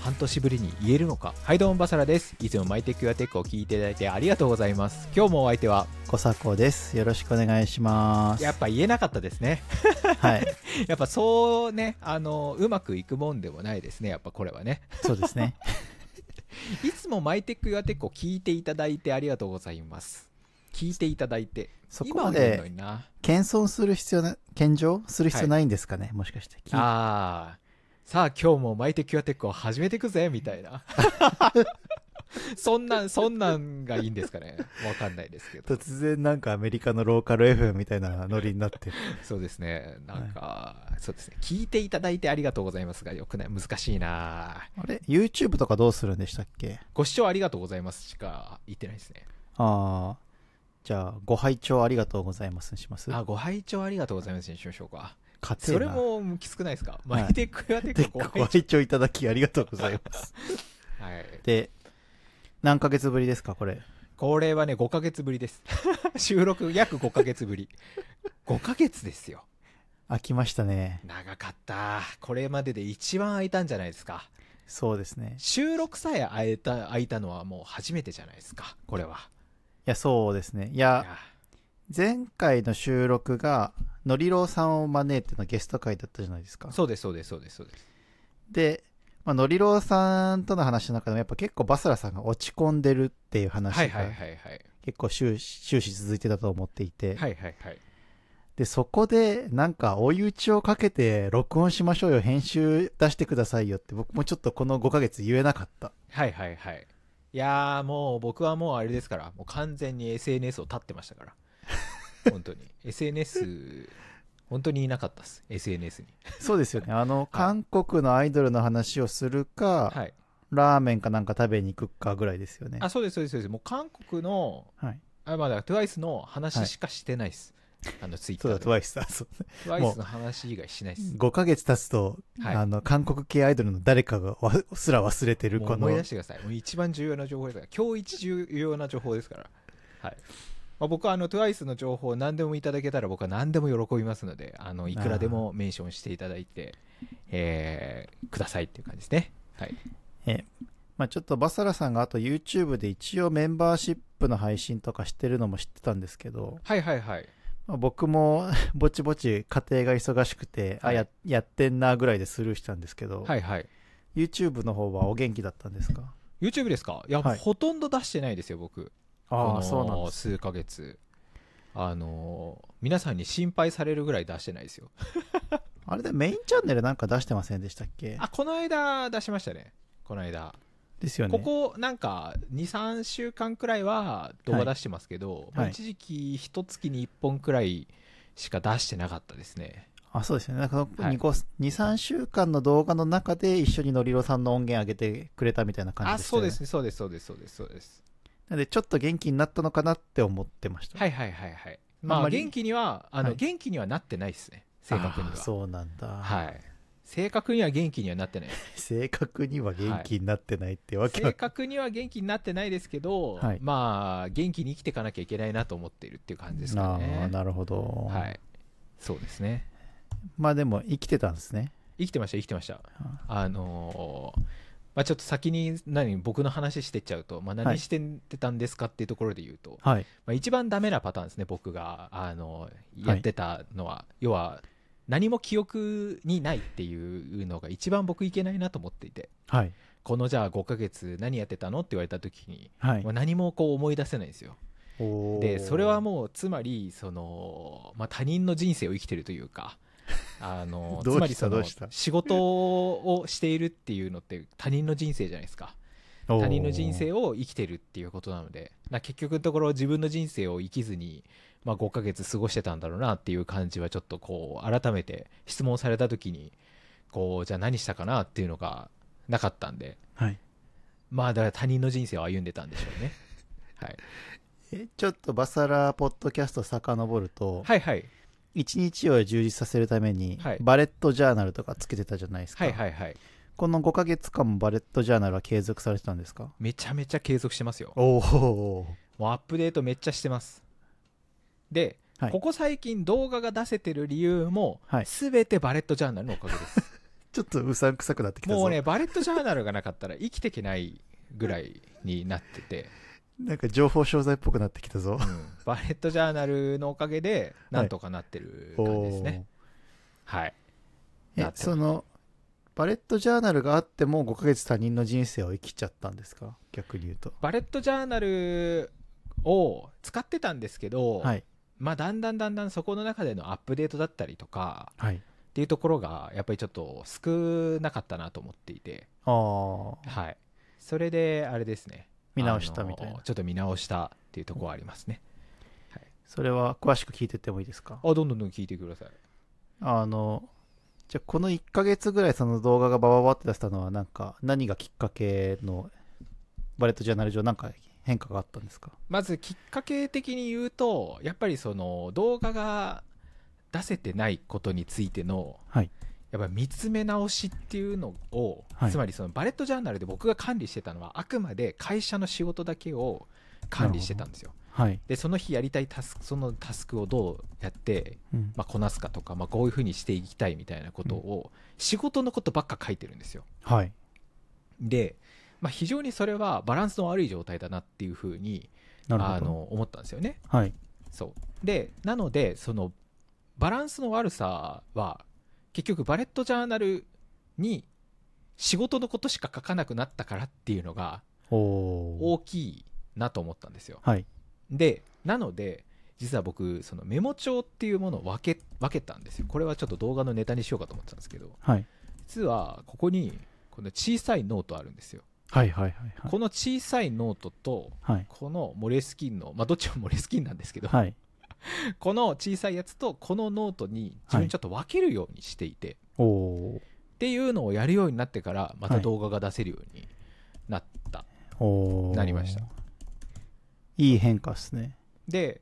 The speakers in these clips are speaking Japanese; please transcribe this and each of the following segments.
半年ぶりに言えるのかはいどうもバサラですいつもマイテックやテックを聞いていただいてありがとうございます今日もお相手は小迫です。よろしくお願いします。やっぱ言えなかったですね はい。やっぱそうねあのうまくいくもんでもないですねやっぱこれはねそうで すね。いつもマイテックやテックを聞いていただいてありがとうございます聞いていただいてそこ今まは言うのでにな謙遜する必要な、謙譲する必はい要ないんですかね、もしかして。聞いああさあ今日もマイテックやテックを始めていくぜみたい なそんなんそんなんがいいんですかねわかんないですけど突然なんかアメリカのローカル FM みたいなノリになって。 そうですねなんか、そうですね聞いていただいてありがとうございますがよくない難しいなあれ ?YouTube とかどうするんでしたっけご視聴ありがとうございますしか言ってないですねああ。じゃあ、ご拝聴ありがとうございますにしますあご拝聴ありがとうございますにしましょうか勝手そなれ。もきつくないですか、はマいイテックやテでックごご拝拝聴いただきありがとうござい ます。聴はいで、何ヶ月ぶりですか、これ。これはね5ヶ月ぶりです 収録約5ヶ月ぶり5ヶ月ですよ飽きましたね。長かったこれまでで一番空いたんじゃないですかそうですね。収録さえ空いた空いたのはもう初めてじゃないですかこれはいや、そうですね。いいや、や前回の収録がのりろうさんを招いてのゲスト会だったじゃないですかそうですそうですそうですそうですで、まあのりろうさんとの話の中でもやっぱ結構バスラさんが落ち込んでるっていう話はいはいがはいはい結構終始終始続いてたと思っていて、はいはいはいでそこでなんか追い打ちをかけて録音しましょうよ編集出してくださいよって僕もちょっとこの5ヶ月言えなかったはいはいはいいやーもう僕はもうあれですからもう完全に SNS を立ってました から本当に SNS 本当にいなかったっす SNS にそうですよね あの韓国のアイドルの話をするか、はいラーメンかなんか食べに行くかぐらいですよねあそうですそうですそうですもう韓国のはいあまあだ TWICE の話しかしてないっす、あのツイッタそうーだでトワイスさんそう TWICE の話以外しないっす5ヶ月経つと、はいあの韓国系アイドルの誰かがわすら忘れてるもうこの思い出してくださいもう一番重要な情報ですから今日一重要な情報ですからはい、まあ、僕はあの TWICE の情報を何でもいただけたら僕は何でも喜びますのであのいくらでもメンションしていただいてえーくださいっていう感じですねはいええまあ、ちょっとバサラさんがあと YouTube で一応メンバーシップの配信とかしてるのも知ってたんですけど、はいはいはいまあ、僕も ぼちぼち家庭が忙しくて、はいあややってんなぐらいでスルーしたんですけど、はいはい YouTube の方はお元気だったんですか YouTube ですかいや、はいほとんど出してないですよ僕この数ヶ月あのー皆さんに心配されるぐらい出してないですよあれでメインチャンネルなんか出してませんでしたっけあこの間出しましたねこの間ですよねここなんか23週間くらいは動画出してますけど、いはい一時期一月に1本くらいしか出してなかったですねあそうですよねなんかはい23週間の動画の中で一緒にのりろさんの音源上げてくれたみたいな感じあでしたそようねですねそうですそうですそうですそうですなのでちょっと元気になったのかなって思ってましたはいいはいはいはいまああんまり元気にはあの、はい元気にはなってないですね正確にはそうなんだ、はい正確には元気にはなって ないです正確には元気になってないってわけは、正確には元気になってないですけど、はいまあ元気に生きていかなきゃいけないなと思っているっていう感じですかああねなるほど、はいそうですねまあでも生きてたんですね生きてました生きてましたあのーまあ、ちょっと先に何僕の話してっちゃうと、まあ、は何いしてたんですかっていうところで言うと、はいまあ、一番ダメなパターンですね僕が、あのーはやいってたのは、要は何も記憶にないっていうのが一番僕いけないなと思っていてはいこのじゃあ5ヶ月何やってたのって言われた時に、はいまあ、何もこう思い出せないんですよおーでそれはもうつまりその、まあ、他人の人生を生きてるという かあのどうしたつまりそどのうした仕事をしているっていうのって他人の人生じゃないですかおー他人の人生を生きてるっていうことなのでな結局のところ自分の人生を生きずに、まあ、5ヶ月過ごしてたんだろうなっていう感じはちょっとこう改めて質問された時にこうじゃあ何したかなっていうのがなかったんではいまあだから他人の人生を歩んでたんでしょうね、 はい、えちょっとバサラポッドキャスト遡ると、はいはい一日を充実させるために、はいバレットジャーナルとかつけてたじゃないですか、はいはいはいこの5ヶ月間もバレットジャーナルは継続されてたんですかめちゃめちゃ継続してますよおおもうアップデートめっちゃしてますで、はいここ最近動画が出せてる理由も、はい すべてバレットジャーナルのおかげですちょっとうさんくさくなってきたぞもうねバレットジャーナルがなかったら生きていけないぐらいになって て、なんか情報商材っぽくなってきたぞう。んバレットジャーナルのおかげでなんとかなってる感じですねはい、おーなえっ、てますその、バレットジャーナルがあっても5ヶ月他人の人生を生きちゃったんですか逆に言うと。バレットジャーナルを使ってたんですけど、はい。まあだんだんだんだんそこの中でのアップデートだったりとかはい。っていうところがやっぱりちょっと少なかったなと思っていてああ、はいそれであれですね見直したみたいあのな。ちょっと見直したっていうところはありますねそれは詳しく聞いてってもいいですかあどんどんどん聞いてくださいあの、じゃあこの1ヶ月ぐらいその動画がバババって出したのはなんか何がきっかけのバレットジャーナル上なんか変化があったんですかまずきっかけ的に言うとやっぱりその動画が出せてないことについての、はいやっぱり見つめ直しっていうのを、はいつまりそのバレットジャーナルで僕が管理してたのはあくまで会社の仕事だけを管理してたんですよはい。でその日やりたいタスクそのタスクをどうやって、うんまあ、こなすかとか、まあ、こういうふうにしていきたいみたいなことを、仕事のことばっか書いてるんですよはい。で、まあ、非常にそれはバランスの悪い状態だなっていうふうになるほど。あの思ったんですよねはい。そうでなのでそのバランスの悪さは結局バレットジャーナルに仕事のことしか書かなくなったからっていうのがおお。大きいなと思ったんですよはい。でなので実は僕そのメモ帳っていうものを分け分けたんですよこれはちょっと動画のネタにしようかと思ってたんですけどはい。実はここにこの小さいノートあるんですよはいはいはいはい。この小さいノートとはい。このモレスキンのまあどっちもモレスキンなんですけどはい。この小さいやつとこのノートに自分ちょっと分けるようにしていて、おおっていうのをやるようになってからまたはい動画が出せるようになった、ー。おーなりました。いい変化ですね。で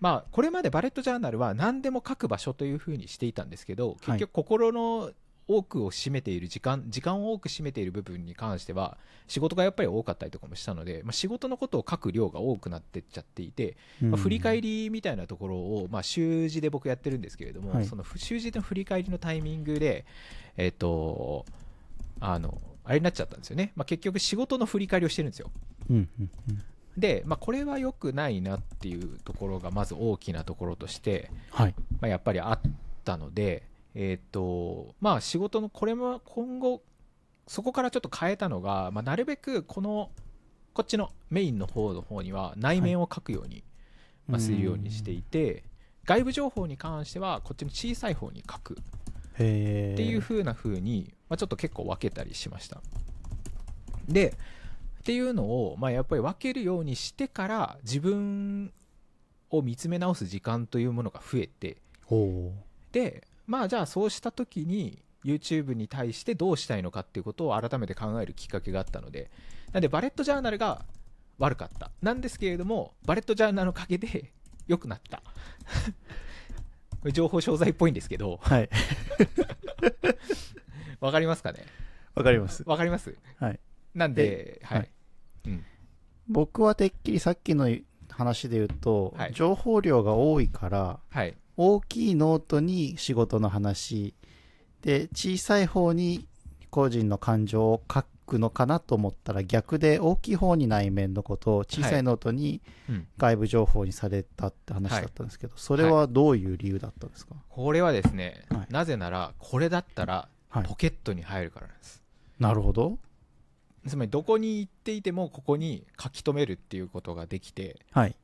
まあこれまでバレットジャーナルは何でも書く場所というふうにしていたんですけど結局心の多くを占めている時間時間を多く占めている部分に関しては仕事がやっぱり多かったりとかもしたので、まあ、仕事のことを書く量が多くなってっちゃっていて、まあ振り返り。りみたいなところを、まあ、習字で僕やってるんですけれども、はいその習字の振り返りのタイミングで、えっとあのあれになっちゃったんですよね、まあ、結局仕事の振り返りをしてるんですようんうんうん。で、まあ、これは良くないなっていうところがまず大きなところとして、はい。まあ、やっぱりあったのでえっとまあ仕事のこれも今後そこからちょっと変えたのが、まあ、なるべくこのこっちのメインの方の方には内面を書くようにまあ、するようにしていて外部情報に関してはこっちの小さい方に書くうん。へえ。っていう。風な風に、まあ、ちょっと結構分けたりしましたでっていうのを、まあ、やっぱり分けるようにしてから自分を見つめ直す時間というものが増えておおー。でまあじゃあそうした時に YouTube に対してどうしたいのかっていうことを改めて考えるきっかけがあったのでなんでバレットジャーナルが悪かったなんですけれどもバレットジャーナルのおかげで良くなった これ情報商材っぽいんですけどはい。わかりますかねわかります。 わかりますはいなんではい、はいうん、僕はてっきりさっきの話で言うと、はい情報量が多いからはい大きいノートに仕事の話で小さい方に個人の感情を書くのかなと思ったら逆で大きい方に内面のことを小さいノートにうん外部情報にされたって話だったんですけど、それはどういう理由だったんですか、これはですね、はいなぜならこれだったらはいポケットに入るからなんです、なるほどつまりどこに行っていてもここに書き留めるっていうことができてはい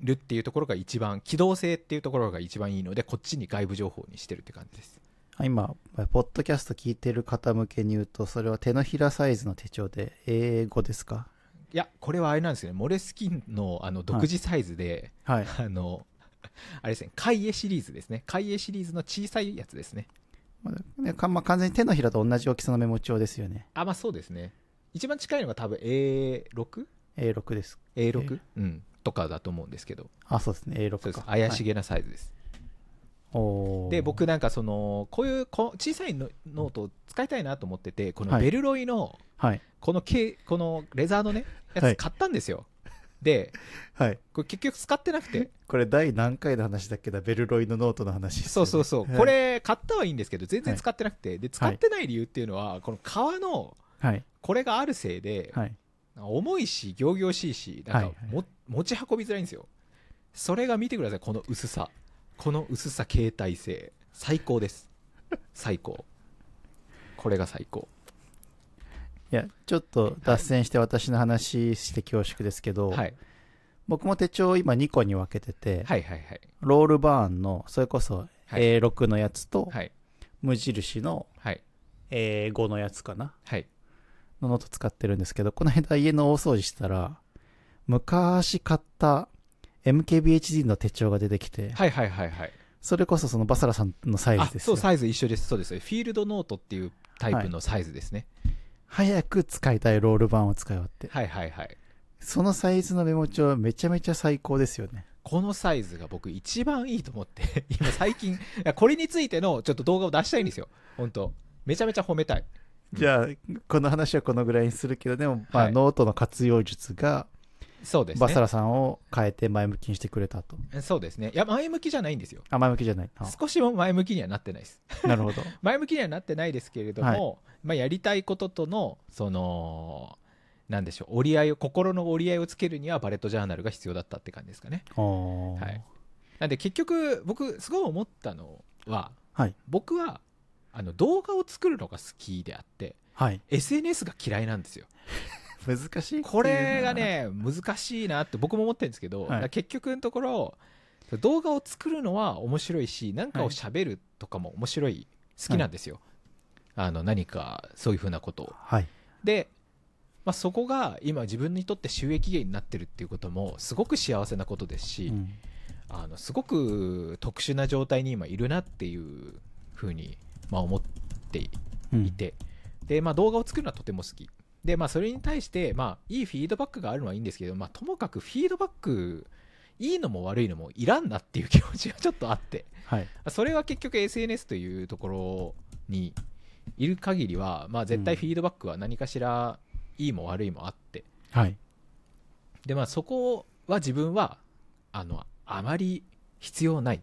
るっていうところが一番機動性っていうところが一番いいのでこっちに外部情報にしてるって感じです今ポッドキャスト聞いてる方向けに言うとそれは手のひらサイズの手帳で英語ですかいやこれはあれなんですよねモレスキンのあの独自サイズで、はいあのあれですね海江シリーズですね海江シリーズの小さいやつですねまあねかまあ、完全に手のひらと同じ大きさのメモ帳ですよね。あまあそうですね一番近いのが多分 A6?A6 A6 です。うんとかだと思うんですけどあ、そうですね。A6 か。そうです怪しげ。げなサイズです、おーで、僕なんかそのこういうこ小さいのノートを使いたいなと思っててこのはいベルロイのはい。このけこのレザーのねやはつい買ったんですよ、ではい。これ結局使ってな くてこれ第何回の話だっけだベルロイのノートの話ですそようね、そうそう、はいこ。れ買ったはいいんですけど全然はい使ってなくて、で使ってない理由っていうのはこの革のはい。これがあるせいで、はい。重いし行々しいしなんかはいはいも、持ち運びづらいんですよそれが見てくださいこの薄さこの薄さ携帯性最高です最高これが最高いや、ちょっと脱線して私の話して恐縮ですけど、はい僕も手帳を今2個に分けてて、はいはいはいロールバーンの、それこそはい A6 のやつと、はい無印のはい A5 のやつかな。はいのノート使ってるんですけど、この間家の大掃除したら、昔買った MKBHD の手帳が出てきて、はいはいはいはいそれこそそのバサラさんのサイあズですそうよ。サイズ一緒ですそうですフィールドノートっていうタイプのサイズですね、早く使いたいロール版を使い終わって。はい、はいはいそのサイズのメモ帳めちゃめちゃ最高ですよね。このサイズが僕一番いいと思って 今最近いやこれについてのちょっと動画を出したいんですよ本当めちゃめちゃ褒めたいじゃあ、この話はこのぐらいにするけど、でも、まはあ、いノートの活用術が、そうですねバサラさんを変えて前向きにしてくれたと。そうですね。いや、前向きじゃないんですよ。あ、前向きじゃない。あ少しも前向きにはなってないです。 なるほど。前向きにはなってないですけれども、まあ、やりたいこととの、その、なんでしょう、折り合いを、心の折り合いをつけるには、バレットジャーナルが必要だったって感じですかね。おーはい。なんで、結局、僕、すごい思ったのは、はい僕は、あの、動画を作るのが好きであって、はい。 SNS が嫌いなんですよ。難しいこれが、ね、難しいなって僕も思ってるんですけど、はいだから結局のところ、動画を作るのは面白いし、何かを喋るとかも面白い、好きなんですよ。あの、何かそういうふうなことを。はい。で、まあ、そこが今自分にとって収益源になってるっていうこともすごく幸せなことですし、うんあのすごく特殊な状態に今いるなっていうふうに、まあ、思ってうんいて、で、まあ、動画を作るのはとても好き。で、まあ、それに対して、まあ、いいフィードバックがあるのはいいんですけど、まあ、ともかくフィードバック、いいのも悪いのもいらんなっていう気持ちがちょっとあって、 はい。それは結局 SNS というところにいる限りは、まあ、絶対フィードバックは何かしらいいも悪いもあって、はい。で、まあ、そこは自分は、あの、あまり必要ないっ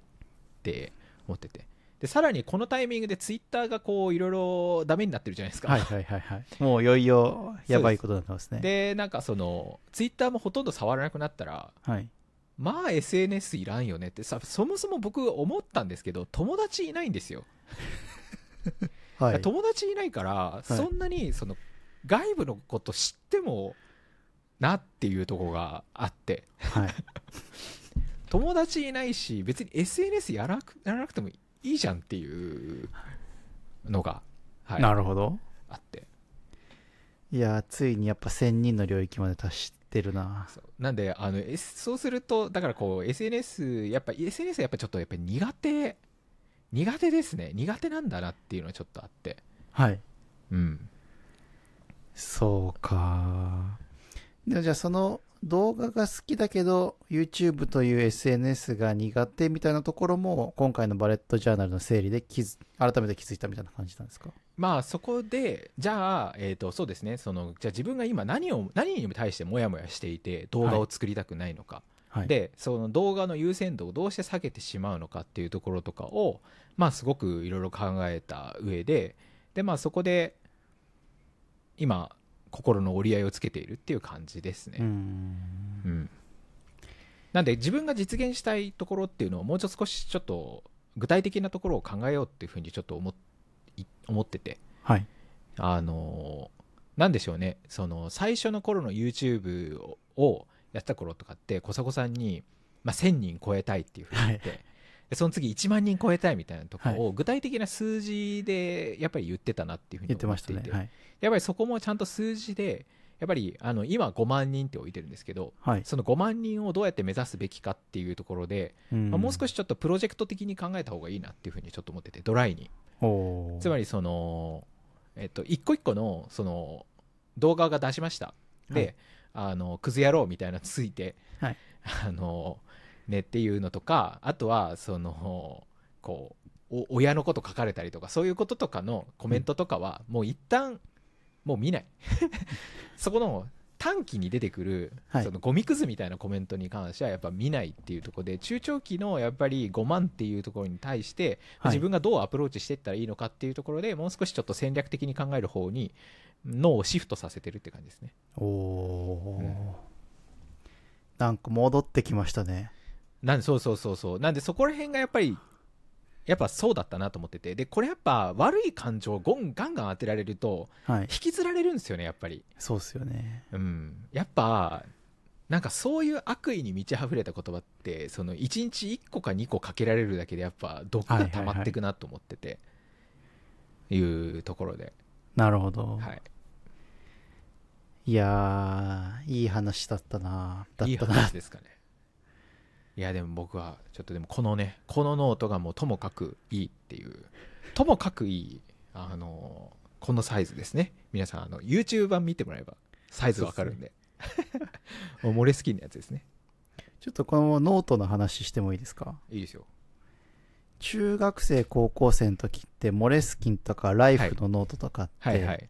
て思ってて。で、さらにこのタイミングでツイッターがこう、いろいろダメになってるじゃないですか。はいはいはいはい。 もういよいよやばいことになってますね。でなんかそのツイッターもほとんど触らなくなったらはい。まあ SNS いらんよねってさそもそも僕思ったんですけど友達いないんですよ、はい。友達いないからそんなにその外部のこと知ってもなっていうとこがあってはい。友達いないし別に SNS やらなくやらなくてもいいじゃんっていうのが、はい、 なるほど。あっていやー、ついにやっぱ1000人の領域まで達してるな。そうなんであの、S、そうするとだからこう SNS やっぱ SNS やっぱちょっとやっぱ苦手苦手ですね苦手なんだなっていうのはちょっとあってはい。うんそうかー。でじゃあその動画が好きだけど YouTube という SNS が苦手みたいなところも今回のバレットジャーナルの整理で気づ改めて気づいたみたいな感じなんですかまあそこでじゃあ、えー、とそうですねそのじゃあ自分が今何を何に対してモヤモヤしていて動画を作りたくないのか、はい。でその動画の優先度をどうして下げてしまうのかっていうところとかをまあすごくいろいろ考えた上ででまあそこで今心の折り合いをつけているっていう感じですうーね、うん。んなんで自分が実現したいところっていうのをもうちょっと少しちょっと具体的なところを考えようっていうふうにちょっと思っい思っててはい。あのなんでしょうねその最初の頃の YouTube ををやってた頃とかってこさこさんに、まあ、1,000人超えたいっていうふうに言って、でその次1万人超えたいみたいなとこを具体的な数字でやっぱり言ってたなっていうふうに言って思まっしてたいてね。はい。やっぱりそこもちゃんと数字でやっぱりあの今5万人って置いてるんですけどはい。その5万人をどうやって目指すべきかっていうところで、まあもう少し。しちょっとプロジェクト的に考えた方がいいなっていうふうにちょっと思っててドライにおーつまりそのえっと一個一個のその動画が出しましたで、あのクズ野郎みたいなのついて、はい あのねっていうのとかあとはそのこうお親のこと書かれたりとかそういうこととかのコメントとかはもう一旦もう見ない そこの短期に出てくる、はいそのゴミくずみたいなコメントに関してはやっぱ見ないっていうところで中長期のやっぱり5万っていうところに対して、はい自分がどうアプローチしていったらいいのかっていうところでもう少しちょっと戦略的に考える方に脳をシフトさせてるって感じですねおおー、うんなんか戻ってきましたねなんそうそうそうそうなんでそこら辺がやっぱりやっぱそうだったなと思っててでこれやっぱ悪い感情をゴンガンガン当てられるとはい引きずられるんですよねやっぱりそうっすよねうんやっぱなんかそういう悪意に満ち溢れた言葉ってその1日1個か2個かけられるだけでやっぱ毒が溜まっていくなと思ってて、いうところで、なるほど、はい、い、やーいい話だったなだいっいたな話ですかねいやでも僕はちょっとでもこのねこのノートがもうともかくいいっていうともかくいいあのこのサイズですね皆さんあの YouTube 版見てもらえばサイズわかるんでもう漏れ好きなやつですねちょっとこのノートの話してもいいですかいいですよ中学生高校生の時ってモレスキンとかライフのノートとかって、はいはい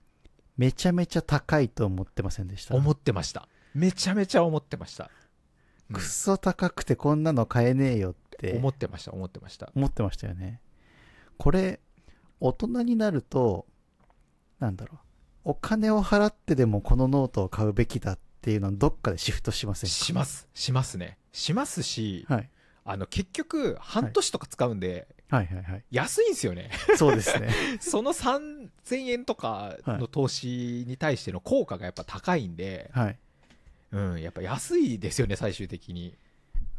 めちゃめちゃ高いと思ってませんでした思ってましためちゃめちゃ思ってました、うんくっそ高くてこんなの買えねえよって思ってました思ってました思ってましたよねこれ大人になるとなんだろうお金を払ってでもこのノートを買うべきだっていうのはどっかでシフトしませんかしますしますねしますし、はいあの結局半年とか使うんではいはいはい安いんですよねそうで すねその3000円とかの投資に対しての効果がやっぱ高いんで、はいうん、やっぱ安いですよね、最終的に。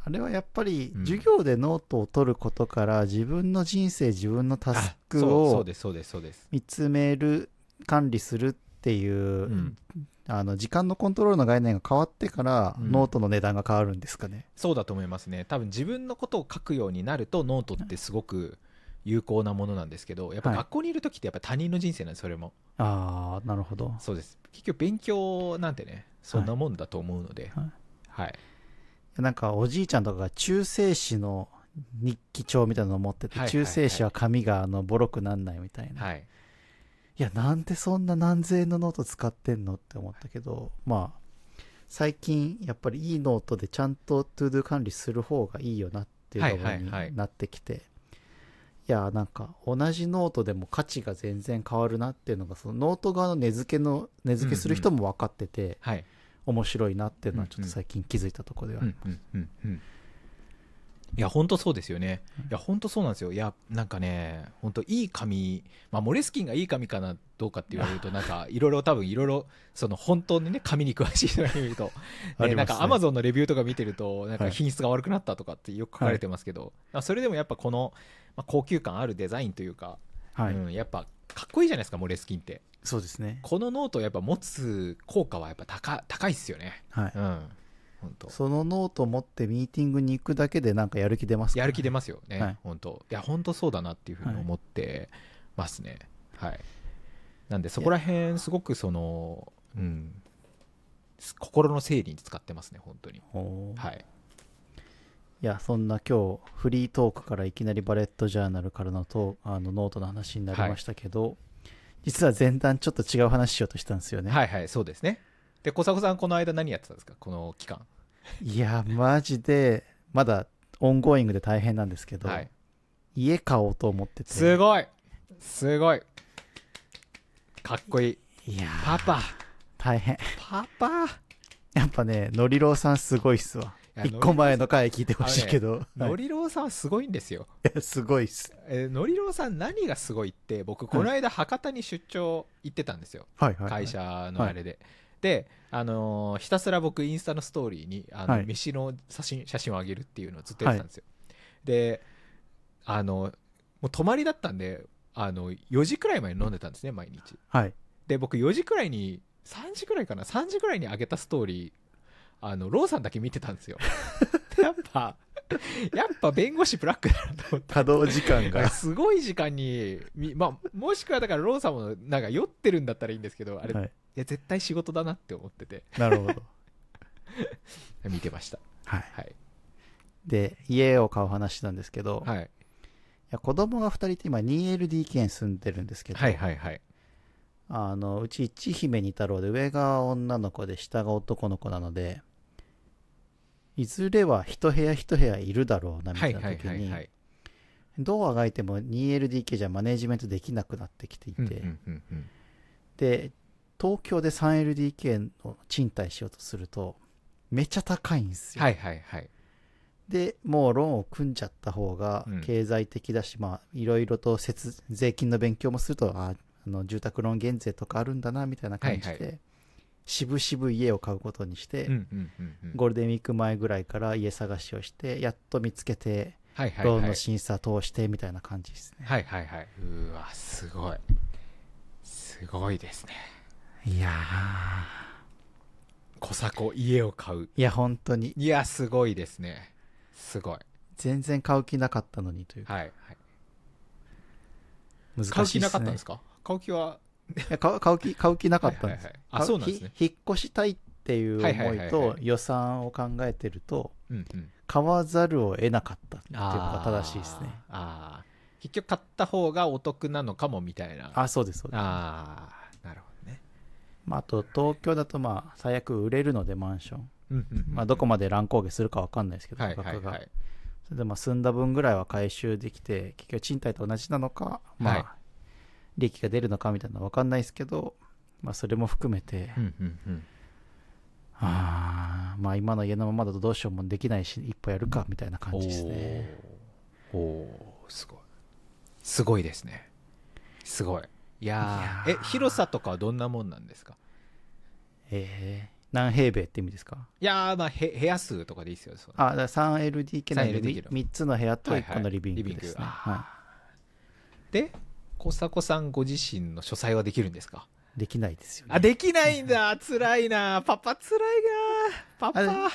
あれはやっぱりうん授業でノートを取ることから自分の人生自分のタスクあそうそうをです、そうです、そうです。見つめる管理するっていう、うん、あの時間のコントロールの概念が変わってから、うんノートの値段が変わるんですかねそうだと思いますね。多分自分のことを書くようになると、ノートってすごく有効なものなんですけど、やっぱはい学校にいる時ってやっぱ他人の人生なんです、それも。ああなるほどそうです。結局勉強なんてね、そんなもんだと思うので、はいはい。なんかおじいちゃんとかが中性子の日記帳みたいなのを持ってて、はいはいはい中性子は紙があのボロくなんないみたいな、はい、い。やなんでそんな何千円のノート使ってんのって思ったけどまあ最近やっぱりいいノートでちゃんとトゥードゥ管理する方がいいよなっていうところはいはいはいになってきて、いやなんか同じノートでも価値が全然変わるなっていうのがそのノート側の値付けの値付けする人も分かってて、はい。面白いなっていうのはちょっと最近気づいたところではあうんうりんうんうんいや本当そうですよね。いや本当そうなんですよ。いやなんかね本当いい紙まあモレスキンがいい紙かなどうかって言わ れるとなんかいろいろ多分いろいろその本当にね紙に詳しい人が見ると、 ますね、ねなんかアマゾンのレビューとか見てるとなんはかい品質が悪くなったとかってよく書かれてますけど、まあそれでもやっぱこの、まあ、高級感あるデザインというか、はい、うん、やっぱかっこいいじゃないですかモレスキンって。そうですねこのノートやっぱ持つ効果はやっぱ高高いっすよね。はいうん本当。そのノートを持ってミーティングに行くだけでなんかやる気出ますからやねる気出ますよね、はい本当いや本当そうだなっていうふうに思ってますねはい、なんでそこら辺すごくそのうんす心の整理に使ってますね本当におーい、はいやそんな今日フリートークからいきなりバレットジャーナルからのトーあのノートの話になりましたけど、実は前段ちょっと違う話しようとしたんですよね、はいはいそうですねで小迫さんこの間何やってたんですかこの期間い、やマジでまだオンゴーイングで大変なんですけど、はい家買おうと思っててすごいすごいかっこいいいやパパ大変パパやっぱねのりろうさんすごいっすわいや一個前の回聞いてほしいけど、の はいりろうさんはすごいんですよいやすごいっすえーのりろうさん何がすごいって僕この間博多に出張行ってたんですよはいはい、はい、会社のあれで、で、あのーひたすら僕インスタのストーリーにあの、はい飯の写真写真を上げるっていうのをずっとやってたんですよ、であのもう泊まりだったんであの4時くらいまで飲んでたんですね毎日はいで僕4時くらいに3時くらいかな3時くらいに上げたストーリーあのローさんだけ見てたん ですよやっぱやっぱ弁護士ブラックだなと思って稼働時間 がすごい時間にみ、まあ、もしくはだからローさんもなんか酔ってるんだったらいいんですけどあれはい、いや絶対仕事だなって思っててなるほど、見てました はい、はいで家を買う話なんですけど、い、はいや子供が2人いて今 2LDK に住んでるんですけど、はいはいはいあのうち一姫二太郎で上が女の子で下が男の子なのでいずれは一部屋一部屋いるだろうなみたはいいなはい時はいにはい。どうあがいても 2LDK じゃマネジメントできなくなってきていて、うんうんうんうんで東京で 3LDK の賃貸しようとするとめちゃ高いんですよ、はいはいはい。でもうローンを組んじゃった方がうん経済的だし、まあいろいろと節税金の勉強もするとああの住宅ローン減税とかあるんだなみたいな感じで、はいは渋々家を買うことにして、うんうんうんうんゴールデンウィーク前ぐらいから家探しをしてやっと見つけてはいはいローンはのい。審査通してみたいな感じですね、はいはいはい。うわ、すごい。すごいですね。いや小迫家を買う。ーいや本当にいや、すごいですね。すごい。全然買う気なかったのにというかはい、はい。難しい買う気なかったんですすか買う気は。ねいや買う買う気買う気なかったんですはいはいはいあ、そうなんですね。ひ引っ越したいっていうはいはい思はいいとは予算を考えてるとうんうん。買わざるを得なかったっていうのあがー正しいですね。ああ。結局買った方がお得なのかもみたいな。あそうですそうですああ、なるほどね。まあ、あと東京だとまあ最悪売れるのでマンション、うんうんうんまあ、どこまで乱高下するかわかんないですけど、はい価はい格がはい。それでまあ住んだ分ぐらいは回収できて結局賃貸と同じなのか、まはいあ、利益が出るのかみたいなのはわかんないですけど、まあ、それも含めて、うんうんうん。あーまあ今の家のままだとどうしようもできないし一歩やるかみたいな感じですね。おーおーすごいすごいですねすごいいやーいやーえ広さとかはどんなもんなんですかえー何平米って意味ですかいやーまあへ部屋数とかでいいですよそうあ、だから 3LDK なんで 3LDK の 3, つの部屋とはい1はい個のリビングですね。リビングはで小迫さんご自身の書斎はできるんですかい、できないですよ、ね。あできないんだ辛いなパパ辛いなパパあ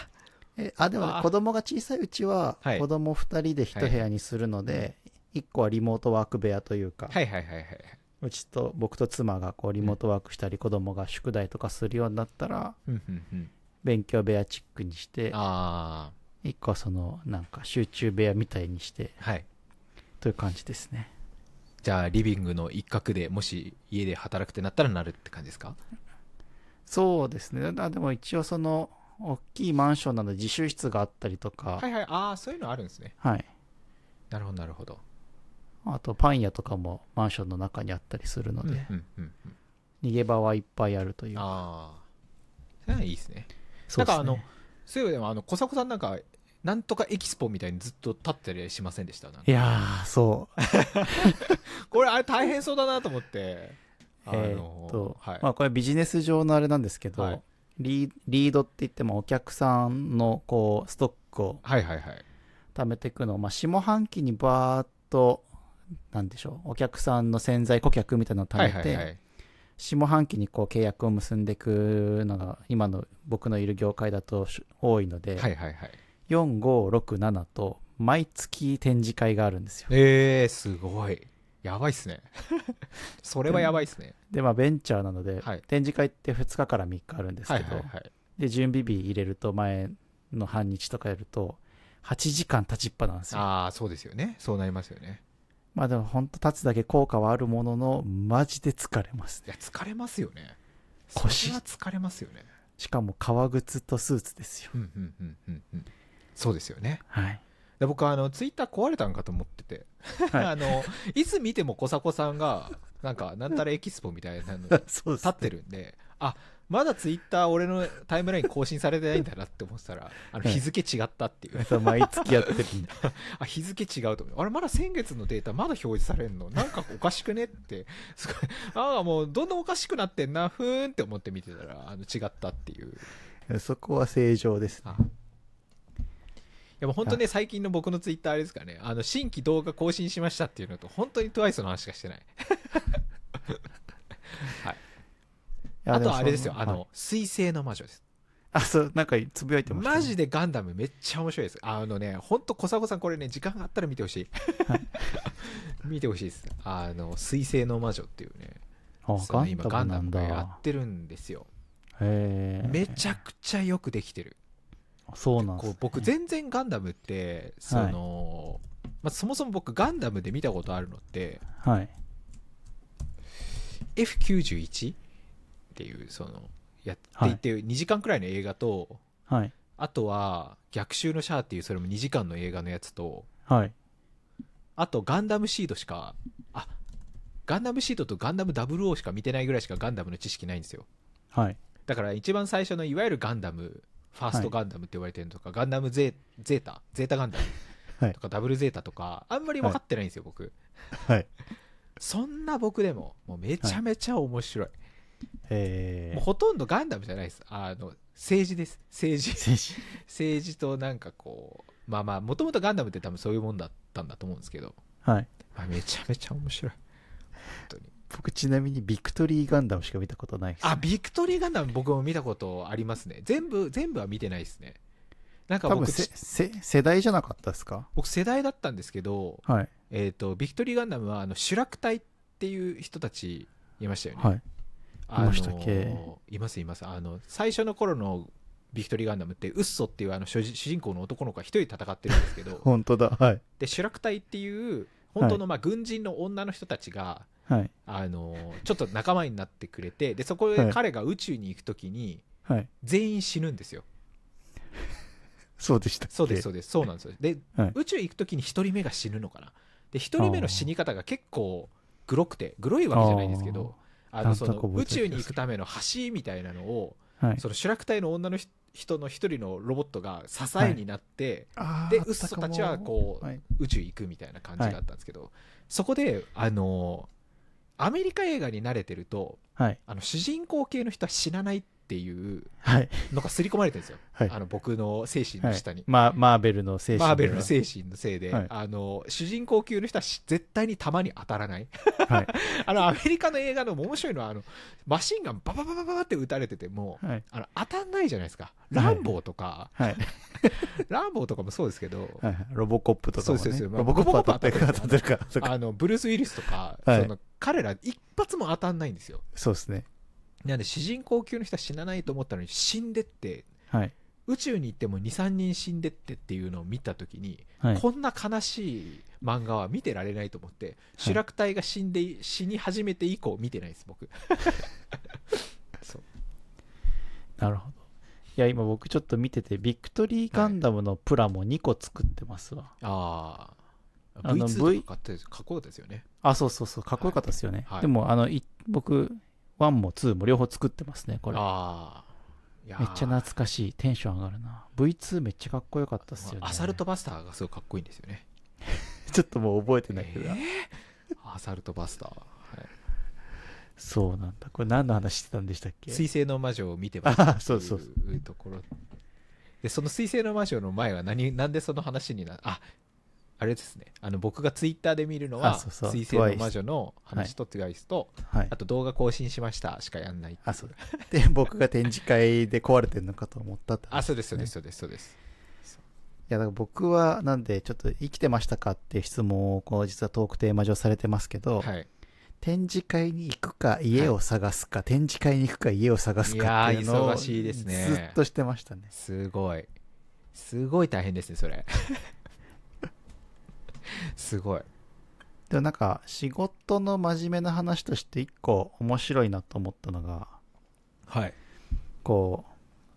れえあでも、あね、子供が小さいうちははい子供2人で1部屋にするので、1個はリモートワーク部屋というか、はいはいはいはいうちと僕と妻がこうリモートワークしたり子供が宿題とかするようになったらうんうんうん勉強部屋チックにしてあ1個はそのなんか集中部屋みたいにしてあはいという感じですね。じゃあリビングの一角でもし家で働くってなったらなるって感じですかそうですね。あでも一応その大きいマンションなので自習室があったりとか、はいはいああそういうのあるんですねはい。なるほどなるほどあとパン屋とかもマンションの中にあったりするので、うんうんうん逃げ場はいっぱいあるというか。ああいいですねそうですね。なんかそういえばでもあの小迫さんなんかなんとかエキスポみたいにずっと立ってたりしませんでしたなんかいやー、そう。これあれ大変そうだなと思って あのえーっと、はい、まあこれビジネス上のあれなんですけど、はいリリードって言ってもお客さんのこうストックをはいはいはい貯めていくのを、まあ、下半期にバーっと、なんでしょう、お客さんの潜在顧客みたいなのを貯はめいて、はいはい下半期にこう契約を結んでいくのが今の僕のいる業界だとし多いので、はいはいはい4567と毎月展示会があるんですよえー、すごいやばいっすね それはやばいっすねでまあベンチャーなので、はい展示会って2日から3日あるんですはけいど、はいはいで準備日入れると前の半日とかやると8時間立ちっぱなんですよああそうですよねそうなりますよねまあでも本当立つだけ効果はあるもののマジで疲れますいねや疲れますよね腰それは疲れますよねしかも革靴とスーツですようんうんうんうんうんそうですよねはいで僕はあのツイッター壊れたんかと思ってて、はいい、 あのいつ見ても小迫さんがなんかなんたらエキスポみたいなの立 そうですってるんであまだツイッター俺のタイムライン更新されてないんだなって思ってたらあのはい日付違ったっていう、そう毎月やってる んであ日付違うと思ってあれまだ先月のデータまだ表示されんのなんかおかしくねってすごいああもうどんどんおかしくなってんなふーんって思って見てたらあの違ったっていうそこは正常ですあいやもう本当ね最近の僕のツイッターあれですかねあの新規動画更新しましたっていうのと本当に TWICE の話しかしてないいやあもとあれですよそあの水星の魔女ですあそうなんかつぶやいてましたね、マジでガンダムめっちゃ面白いですあのね本当小迫さんこれね時間があったら見てほしい 見てほしいですあの水星の魔女っていうねあその今ガガンンダダムムながんやだってるんですよへえめちゃくちゃよくできてるそうなんでこす、ねう、僕全然ガンダムってその、まあ、そもそも僕ガンダムで見たことあるのってはいい F91 っていうそのやっていて2時間くらいの映画と、はい。あとは「逆襲のシャア」っていうそれも2時間の映画のやつとはい。あと「ガンダムシード」しかあガンダムシードと「ガンダム00」しか見てないぐらいしかガンダムの知識ないんですよはい。だから一番最初のいわゆるガンダムファーストガンダムって言われてるのとか、ガンダムゼゼータゼータガンダはムいとかダブルゼータとかあんまり分かってないんですよ、僕はい。そんな僕でももうめちゃめちゃ面白い、えもうー。ほとんどガンダムじゃないですあの政治です政治精子 政治となんかこうまあまあもともとガンダムって多分そういうもんだったんだと思うんですけど、はい。まあ、めちゃめちゃ面白い僕ちなみにビクトリーガンダムしか見たことないです。あビクトリーガンダム僕も見たことありますね全部全部は見てないですねなんか多分僕せせ世代じゃなかったですか僕世代だったんですけど、はい。えー、とビクトリーガンダムはあの主楽隊っていう人たちいましたよね、はい。あのいましたっけいますいますあの最初の頃のビクトリーガンダムってウッソっていうあの主人主人公の男の子が一人戦ってるんですけ ど本当だ。はい。で主楽隊っていう本当のまあ軍人の女の人たちが、はい。あのーちょっと仲間になってくれてでそこで彼が宇宙に行く時にはい。全員死ぬんですよ、そうでしたっけそうですそうですそうなんですよで、はい宇宙行く時に1人目が死ぬのかなで1人目の死に方が結構グロくてグロいわけじゃないんですけどあなのんとそなのく覚え宇てる宙気がするに行くための橋みたいなのをはい。その主楽隊の女のひ人の一人のロボットが支えになって、あーであったかもウッソたちはこうはい。宇宙行くみたいな感じがあったんですけど、そこであのアメリカ映画に慣れてるとはい。あの主人公系の人は死なないっていうはい。のが刷り込まれてるんですよ、はいあの僕の精神の下に、まあ、マーベルの精神。マーベルの精神のせいで、はいあの主人公級の人はし絶対に弾に当たらないはい。 あのアメリカの映画の面白いのはあのマシンガンババババババって撃たれててもはい。あの当たんないじゃないですかランボーとか、はい。 ランボーとかもそうですけど、はいはいロボコップとかもそうですそうね。ですロボコップ当たってるかロボ当コたップ当たっっててるか。そうかあのブルース・ウィリスとか、はいその彼ら一発も当たんないんですよそうですね。なんで主人公級の人は死なないと思ったのに死んでってはい。宇宙に行っても23人死んでってっていうのを見た時に、はい。こんな悲しい漫画は見てられないと思って主楽隊が死んで、死に始めて以降見てないです僕そうなるほど。いや、今僕ちょっと見てて、ビクトリーガンダムのプラも2個作ってますわ。あああの V2 V- とか買ってかっこよかったですよねあ、そうそうそう。かっこよかったですよね。はいでも、あの、い僕、1も2も両方作ってますね、これ。ああいやーめっちゃ懐かしい。テンション上がるな。V2 めっちゃかっこよかったっすよね。アサルト。バスターがすごいかっこいいんですよねちょっともう覚えてないけ ど。えーアサルトバスター、はいそうなんだ。これ何の話してたんでしたっけ水星の魔女を見てましたってあそうそういうところでその水星の魔女の前は何なんでその話になああれですねあの僕がツイッターで見るのあはそうそう水星の魔女の話と TWICE と、はいあ。と動画更新しましたしかやんないあ、 そうだ。で、僕が展示会で壊れてるのかと思ったって話あそうですそうですそうですそうですいやだから僕はなんでちょっと生きてましたかっていう質問をこう実はトークテーマ上されてますけど、はい展示会に行くか家を探すか、展示会に行くか家を探すかっていうのいをやー忙しいですねずっとしてましたねすごいすごい大変ですねそれ すごいでもなんか仕事の真面目な話として一個面白いなと思ったのがはいこ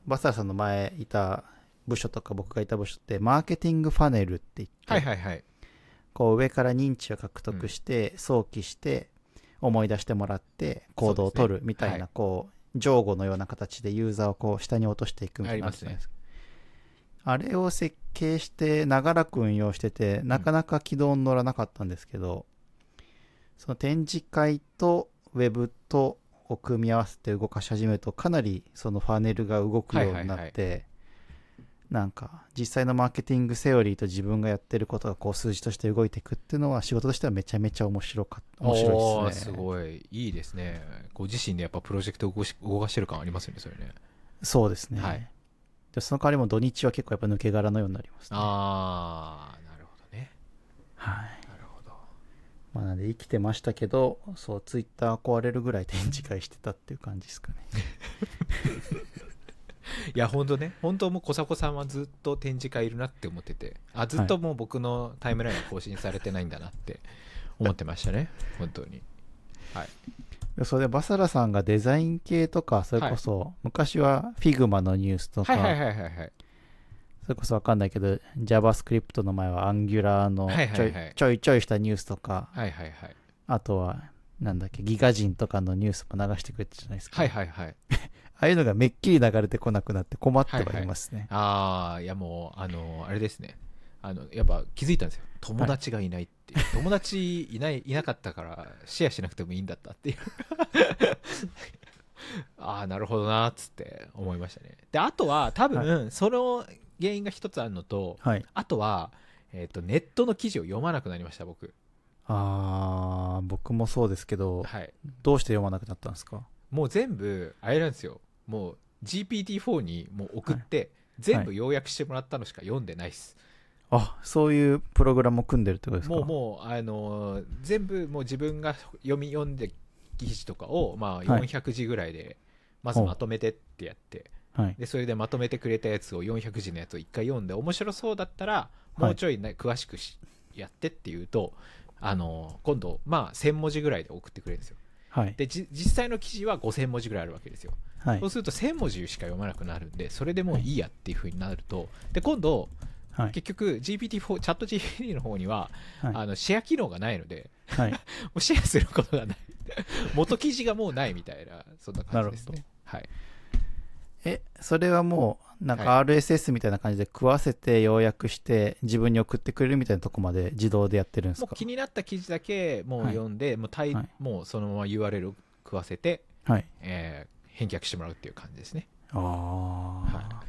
うバサラさんの前いた部署とか僕がいた部署ってマーケティングファネルって言って、はいはいはいこう上から認知を獲得して、想起して思い出してもらって行動を取るみたいな、はいこう上後のような形でユーザーをこう下に落としていくみたいなのあるじゃないですかあれを設計して長らく運用しててなかなか軌道に乗らなかったんですけど、その展示会とウェブとを組み合わせて動かし始めるとかなりそのファネルが動くようになって、はいなんか実際のマーケティングセオリーと自分がやってることがこう数字として動いていくっていうのは仕事としてはめちゃめちゃ面白かった面白いですねおーすごいいいですねご自身でやっぱプロジェクトを動し動かしてる感ありますよねそれねそうですね、はいでその代わりも土日は結構やっぱ抜け殻のようになりますねああなるほどねはいなるほどまあ、なんで生きてましたけどそうツイッター壊れるぐらい展示会してたっていう感じですかねいや本当ね本当もう小迫さんはずっと展示会いるなって思っててあずっともう僕のタイムラインが更新されてないんだなって思ってましたね、本当にそれでバサラさんがデザイン系とかそれこそ、昔は Figma のニュースとか、はいはいはいはいはいそれこそわかんないけど JavaScript の前は Angular のちょい,、はいはいはいちょいちょいしたニュースとかはいはいはいあとはなんだっけギガ人とかのニュースも流してくれてたじゃないですか、はいはいはいああいうのがめっきり流れてこなくなって困ってはいますね、ああいやもうあのあれですねあのやっぱ気づいたんですよ友達がいないっていう、友達いないいなかったからシェアしなくてもいいんだった っていうああなるほどなっつって思いましたねであとは多分、その原因が一つあるのとはいあとは、えっとネットの記事を読まなくなりました僕ああ僕もそうですけどはいどうして読まなくなったんですかもう全部あれなんですよもう GPT4 にもう送って、全部要約してもらったのしか読んでないっす、あそういうプログラムを組んでるってことですかもうもう、あのー全部もう自分が読み読んで記事とかを、まあ、はい400字ぐらいでまずまとめてってやって、はいでそれでまとめてくれたやつを400字のやつを一回読んで面白そうだったらいもうちょい、ね詳しくしやってっていうと、あのー今度、まあ、1000文字ぐらいで送ってくれるんですよはいでじ実際の記事は5000文字ぐらいあるわけですよはいそうすると1000文字しか読まなくなるんでそれでもういいやっていう風になるとで今度はい結局 GPT4 チャット GPT の方には、はいあのシェア機能がないのではいもうシェアすることがない 元記事がもうないみたいなそんな感じですねはいえそれはもうなんか RSS みたいな感じで食わせて要約して自分に送ってくれるみたいなとこまで自動でやってるんですもかう気になった記事だけもう読んで、もうタイはいもうそのまま URL を食わせて、はいえー返却してもらうっていう感じですねああ、は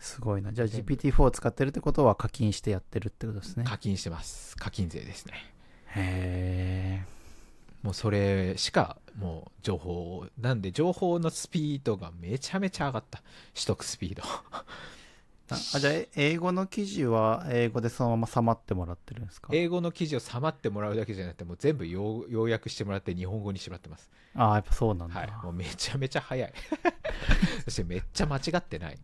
すごいなじゃあ GPT-4 を使ってるってことは課金してやってるってことですね課金してます課金税ですねへえもうそれしかもう情報をなんで情報のスピードがめちゃめちゃ上がった取得スピードあじゃあえ英語の記事は英語でそのままさまってもらってるんですか英語の記事をさまってもらうだけじゃなくてもう全部要要約してもらって日本語にしてもらってますああやっぱそうなんだ、はい、もうめちゃめちゃ 早いそしてめっちゃ間違ってない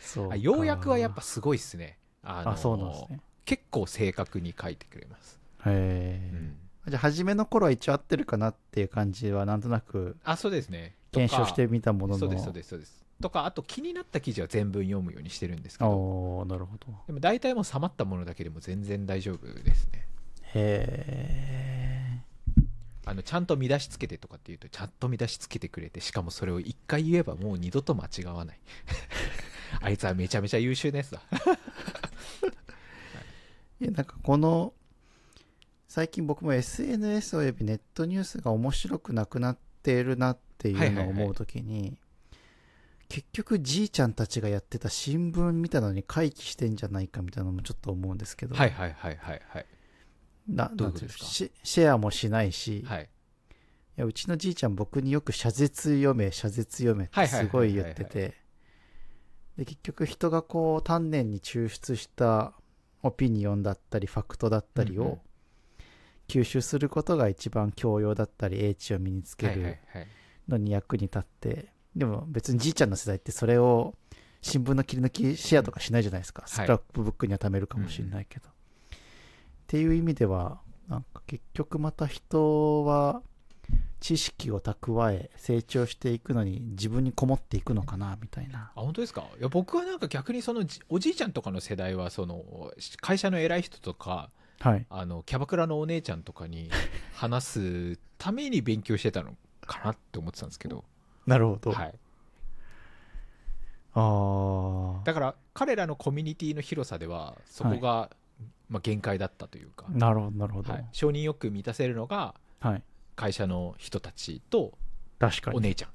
そうかあ要約はやっぱすごいっすねああ,、のそうなんですね結構正確に書いてくれます、うへえ、ん、じゃあ初めの頃は一応合ってるかなっていう感じはなんとなくあそうですねとか検証してみたもののそうですそうですそうですとかあと気になった記事は全文読むようにしてるんですけどおおなるほどでも大体もうさまったものだけでも全然大丈夫ですねへえあのちゃんと見出しつけてとかっていうとちゃんと見出しつけてくれてしかもそれを一回言えばもう二度と間違わない あいつはめちゃめちゃ優秀なやつだいやなんかこの最近僕も SNS およびネットニュースが面白くなくなっているなっていうのを思うときに、結局じいちゃんたちがやってた新聞みたいなのに回帰してんじゃないかみたいなのもちょっと思うんですけど、はいはいはいはいはいなどううんことないてでいうすかのシシェアもしないし、はいいやうちのじいちゃん僕によく謝絶読め謝絶読めっはいてはいはいすごい言っててで結局人がこう丹念に抽出したオピニオンだったりファクトだったりうんうんを吸収することが一番教養だったり英知を身につけはいはるいはいのに役に立ってでも別にじいちゃんの世代ってそれを新聞の切り抜きシェアとかしないじゃないですか、いスクラップブックには貯めるかもしれないけど、っていう意味ではなんか結局また人は知識を蓄え成長していくのに自分にこもっていくのかなみたいなあ本当ですかいや僕はなんか逆にそのじおじいちゃんとかの世代はそのし会社の偉い人とかはいあのキャバクラのお姉ちゃんとかに話すために勉強してたのかなって思ってたんですけど、なるほど、はい、あだから彼らのコミュニティの広さではそこが、まあ、限界だったというかあ、なるほどなるほどははいい、、承認欲求満たせるのが会社の人たちと確かおに、姉ちゃ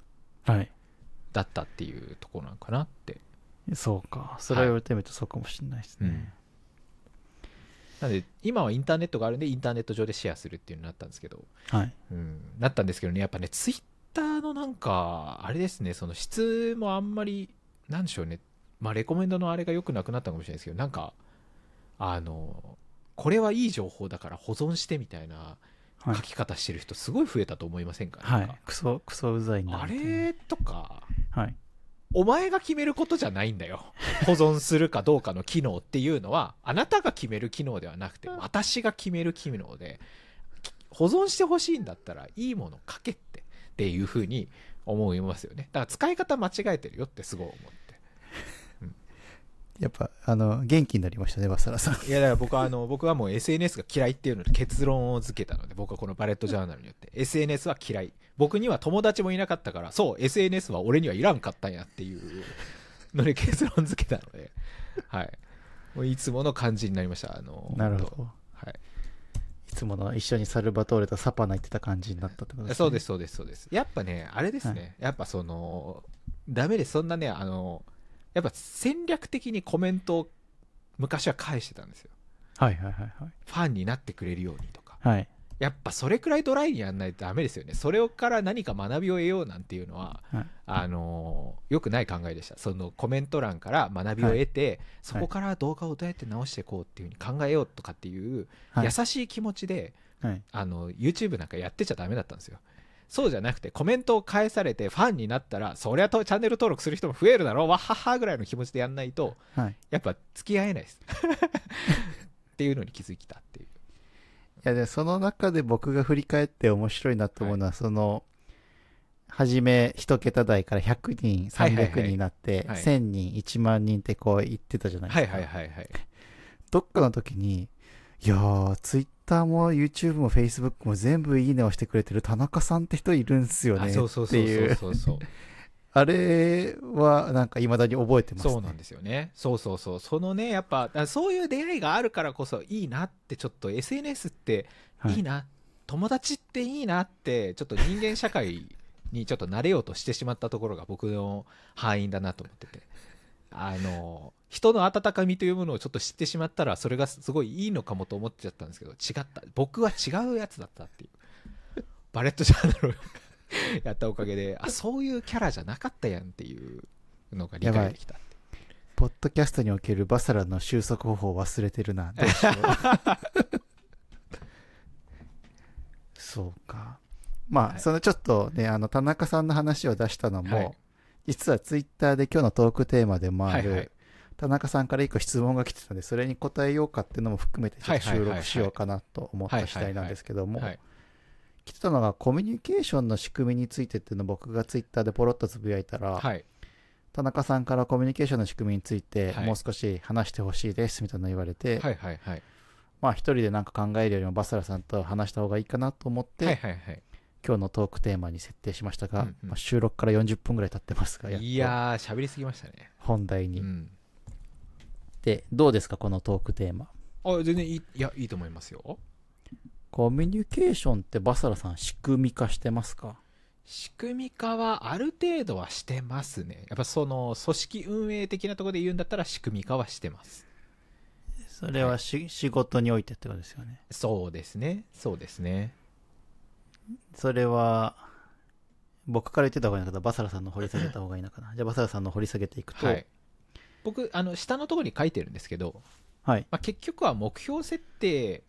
んはい、だったっていうところなのかなって、そうかそれを言われてみるとそうかもしれないですね、なんで今はインターネットがあるんでインターネット上でシェアするっていうのになったんですけどはいうん、なったんですけどねやっぱねツイッターのなんかあれですねその質もあんまりなんでしょうねまあレコメンドのあれが良くなくなったのかもしれないですけどなんかあのこれはいい情報だから保存してみたいなは書いき方してる人すごい増えたと思いませんか,、はなんいクソクソうざいなかあみたいなれとかはいお前が決めることじゃないんだよ保存するかどうかの機能っていうのはあなたが決める機能ではなくて私が決める機能でき保存してほしいんだったらいいもの書けってっていうふうに思いますよねだから使い方間違えてるよってすごい思ってやっぱ、あの、元気になりましたね、バサラさいん。やだから僕はあの僕はもう SNS が嫌いっていうのに結論を付けたので僕はこのバレットジャーナルによって SNS は嫌い僕には友達もいなかったからそう SNS は俺にはいらんかったんやっていうのに結論付けたのではいもういつもの感じになりましたあのなるほ本当ど。はいいつもの一緒にサルバトーレとサパナ行ってた感じになったってことそうですすそうですそうですやっぱねあれですね、やっぱそのダメですそんなねあのやっぱ戦略的にコメントを昔は返してたんですよね。はいはいはいはい。ファンになってくれるようにとかはい。やっぱそれくらいドライにやんないとダメですよねそれから何か学びを得ようなんていうのははいあのよくない考えでしたそのコメント欄から学びを得て、そこから動画をどうやって直していこうっていうふうに考えようとかっていうはい優しい気持ちで、はい。あの YouTube なんかやってちゃダメだったんですよそうじゃなくてコメントを返されてファンになったらそりゃとチャンネル登録する人も増えるだろうわっはっはぐらいの気持ちでやんないとはい。いやっぱ付き合えないです っていうのに気づいたっていうや、で、その中で僕が振り返って面白いなと思うのは、その、はじめ一桁台から100人、はいはいはい300人になって、はい1000人、1万人ってこう言ってたじゃないではすいか。はいはいはいどっかの時に、いやー、Twitter も YouTube も Facebook も全部いいねをしてくれてる田中さんって人いるんすよあね。そうそうそうってそいうう。そうそうあれは、なんか未だに覚えてますね。そうなんですよねそうそうそうそのねやっぱだからそういう出会いがあるからこそいいなってちょっと SNS ってはいいいな友達っていいなってちょっと人間社会にちょっと慣れようとしてしまったところが僕の敗因だなと思っててあの人の温かみというものをちょっと知ってしまったらそれがすごいいいのかもと思っちゃったんですけど違った僕は違うやつだったっていうバレットジャーナルを やったおかげであそういうキャラじゃなかったやんっていうのが理解できたポッドキャストにおけるバサラの収束方法を忘れてるな。どう しよう。そうか。まあ、はいそのちょっとね、あの、田中さんの話を出したのも、はい実はツイッターで今日のトークテーマでもある、はいはい田中さんから一個質問が来てたんで、それに答えようかっていうのも含めてちょっと収録しようかなと思った次第なんですけどもは、い来てたのがコミュニケーションの仕組みについてっていうのを僕がツイッターでポロッとつぶやいたら、はい田中さんからコミュニケーションの仕組みについてはいもう少し話してほしいですみたいなの言われて、はいはいはいまあ一人でなんか考えるよりもバサラさんと話した方がいいかなと思って、はいはいはい今日のトークテーマに設定しましたが、うんうんまあ収録から40分ぐらい経ってますがやっといやー喋りすぎましたね本題に、うんでどうですかこのトークテーマあ全然いいいやいいと思いますよコミュニケーションってバサラさん仕組み化してますか仕組み化はある程度はしてますねやっぱその組織運営的なところで言うんだったら仕組み化はしてますそれはし、仕事においてってことですよねそうですねそうですねそれは僕から言ってた方がいいのかなバサラさんの掘り下げた方がいいの かなじゃあバサラさんの掘り下げていくとはい僕あの下のところに書いてるんですけど、はいまあ、結局は目標設定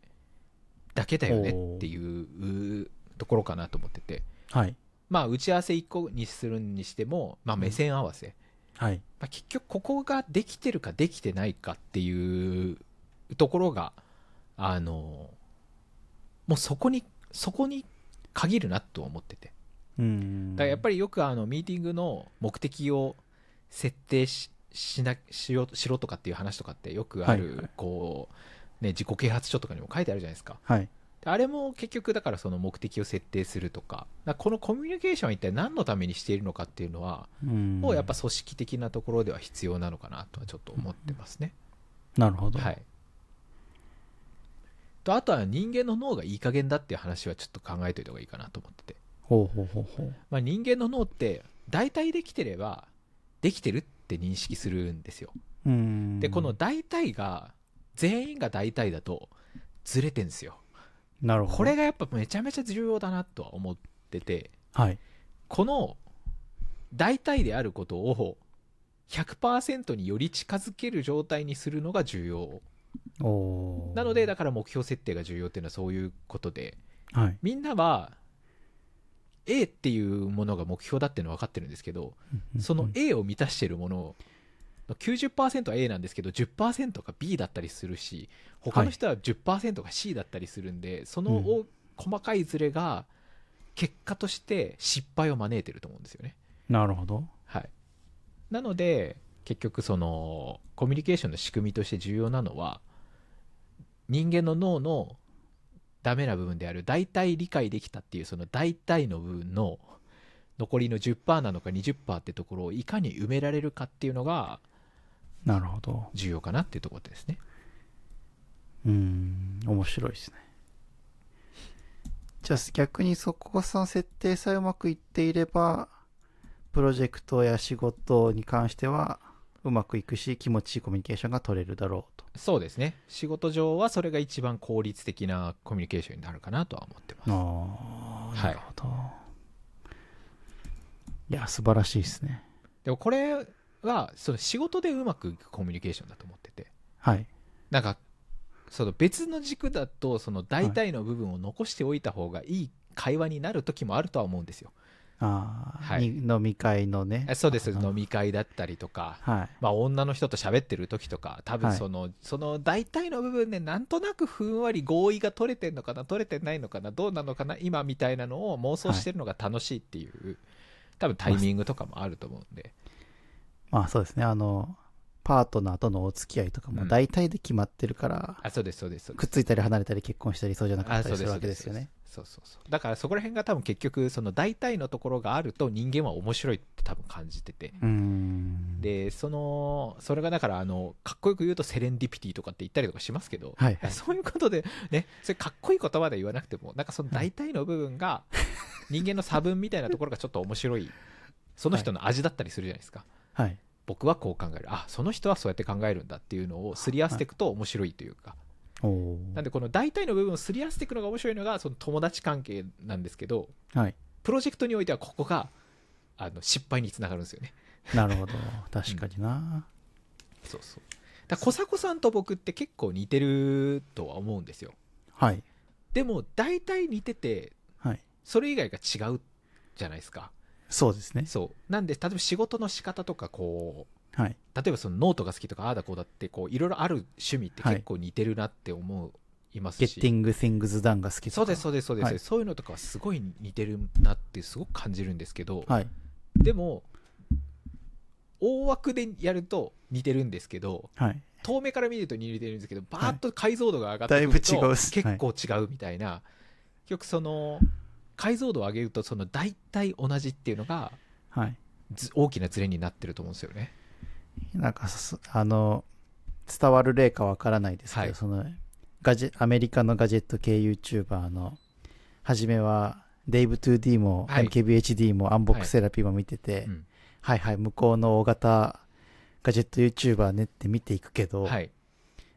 だけだよねっていうところかなと思っててはいまあ打ち合わせ1個にするにしても、まあ、目線合わせ、はいまあ、結局ここができてるかできてないかっていうところがあのもうそこにそこに限るなと思っててうんだからやっぱりよくあのミーティングの目的を設定ししなしようしろとかっていう話とかってよくある、はいはいこうね自己啓発書とかにも書いてあるじゃないですかはい。であれも結局だからその目的を設定するとかだからこのコミュニケーションは一体何のためにしているのかっていうのはうんもうやっぱ組織的なところでは必要なのかなとはちょっと思ってますね。なるほど。はい、とあとは人間の脳がいい加減だっていう話はちょっと考えといた方がいいかなと思ってて、ほうほうほうほう。まあ、人間の脳って大体できてればできてるって認識するんですよ。うん。でこの、大体が全員が大体だとずれてんですよ。なるほど。これ、がやっぱめちゃめちゃ重要だなとは思っててはい。この大体であることを100%により近づける状態にするのが重要おーなのでだから目標設定が重要っていうのはそういうことではい。みんなは A っていうものが目標だっていうのは分かってるんですけどその A を満たしてるものの90%は A なんですけど10%が B だったりするし他の人は10%が C だったりするんでそのうん大細かいズレが結果として失敗を招いてると思うんですよね。なるほど。はい、なので結局そのコミュニケーションの仕組みとして重要なのは人間の脳のダメな部分である大体理解できたっていうその大体の部分の残りの10%なのか20%ってところをいかに埋められるかっていうのがなるほど。重要かなっていうところですね。うん、面白いですね。じゃあ逆にそこがその設定さえうまくいっていれば、プロジェクトや仕事に関してはうまくいくし、気持ちいいコミュニケーションが取れるだろうと。そうですね仕事上はそれが一番効率的なコミュニケーションになるかなとは思ってます。あはいなるほど。いや、素晴らしいですね。でもこれはその仕事でうまくいくコミュニケーションだと思っててはい。なんかその別の軸だとその大体の部分を残しておいた方がいい会話になる時もあるとは思うんですよ。ああ、はいに飲み会のね。あそうですあの飲み会だったりとか、はい。まあ、女の人と喋ってる時とか多分はいその,、その大体の部分でなんとなくふんわり合意が取れてんのかな取れてないのかなどうなのかな今みたいなのを妄想してるのが楽しいっていう、多分タイミングとかもあると思うんで。まあそうですね。あの、パートナーとのお付き合いとかうもん大体で決まってるから、あそうですそうですそうですくっついたり離れたり結婚したりそうじゃなかあったそうりですするそうわけでですすよね。そうそうそうだからそこら辺が多分結局その大体のところがあると人間は面白いって多分感じててうーん。でそのそれがだからあのかっこよく言うとセレンディピティとかって言ったりとかしますけど、はいはいそういうことでねそれかっこいい言葉で言わなくてもなんかその大体の部分が人間の差分みたいなところがちょっと面白いその人の味だったりするじゃないですか、はい。僕はこう考えるあその人はそうやって考えるんだっていうのをすり合わせていくと面白いというか、おお。なんでこの大体の部分をすり合わせていくのが面白いのがその友達関係なんですけどはい。プロジェクトにおいてはここがあの失敗につながるんですよねなるほど。確かにな。そうそうだから小迫さんと僕って結構似てるとは思うんですよはい。でも大体似ててはい。それ以外が違うじゃないですかそうですね。そうなんで例えば仕事の仕方とかこうはい。例えばそのノートが好きとかああだこうだってこういろいろある趣味って結構似てるなって思う、い、ますしゲッティング・シングズ・ダンが好きとかそうですそうですそうです、はいそういうのとかはすごい似てるなってすごく感じるんですけど、はい。でも大枠でやると似てるんですけどはい。遠目から見ると似てるんですけどバーッと解像度が上がってだくいぶると、違うっす結構違うみたいな、結局その解像度を上げるとその大体同じっていうのがはい。ず大きなズレになってると思うんですよね。なんかそ、そあの、伝わる例かわからないですけど、はいその、ガジェアメリカのガジェット系 YouTuber の、初めは、デイブ 2D も、はい MKBHD も、アンボックスセラピーも見てて、はい、うんはい向こうの大型ガジェット YouTuber ねって見ていくけど、はい、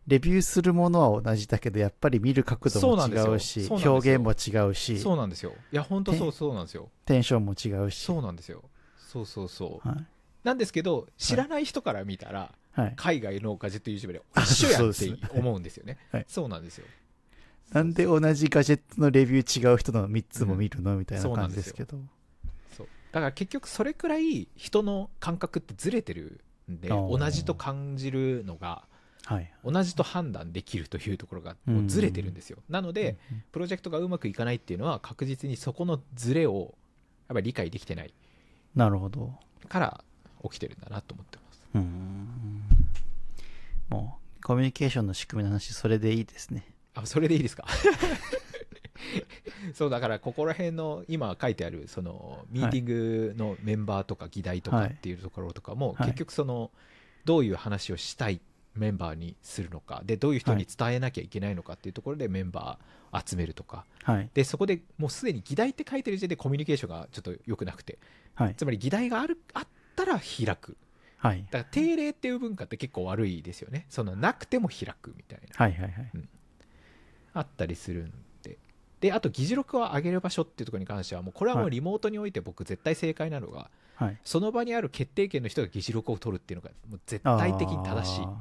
レビューするものは同じだけど、やっぱり見る角そ度うなもんですよ違うし、そうなんですよ表現も違うし、そうなんですよ。いや本当そうそうなんですよ。テンションも違うし、そうなんですよ。そうそうそう。はい。なんですけど知らない人から見たら、はい。海外のガジェット YouTuber で一緒やんっそうてですね思うんです よね。はいそうなんですよ。なんで同じガジェットのレビュー違う人の3つも見るのみたいなそうな感んじでですよすけど。そうだから結局それくらい人の感覚ってずれてるんであー同じと感じるのがはい。同じと判断できるというところがうんもうずれてるんですよ。なのでうんうんプロジェクトがうまくいかないっていうのは確実にそこのずれをやっぱり理解できてないなるほど。から起きてるんだなと思ってます。うーん。もう、コミュニケーションの仕組みの話、それでいいですね。あそれでいいですか そうだからここら辺の今書いてあるそのミーティングのメンバーとか議題とかはいっていうところとかもはい結局そのどういう話をしたいメンバーにするのかでどういう人に伝えなきゃいけないのかっていうところでメンバー集めるとかはい。でそこでもうすでに議題って書いてる時点でコミュニケーションがちょっと良くなくてはい。つまり議題があるあったら開くはい。だから定例っていう文化って結構悪いですよねそのなくても開くみたいな。はいはいはい。あったりするんで。で、あと議事録を上げる場所っていうところに関しては、もうこれはもうはいリモートにおいて僕絶対正解なのが、はい。その場にある決定権の人が議事録を取るっていうのがもう絶対的に正しいあー。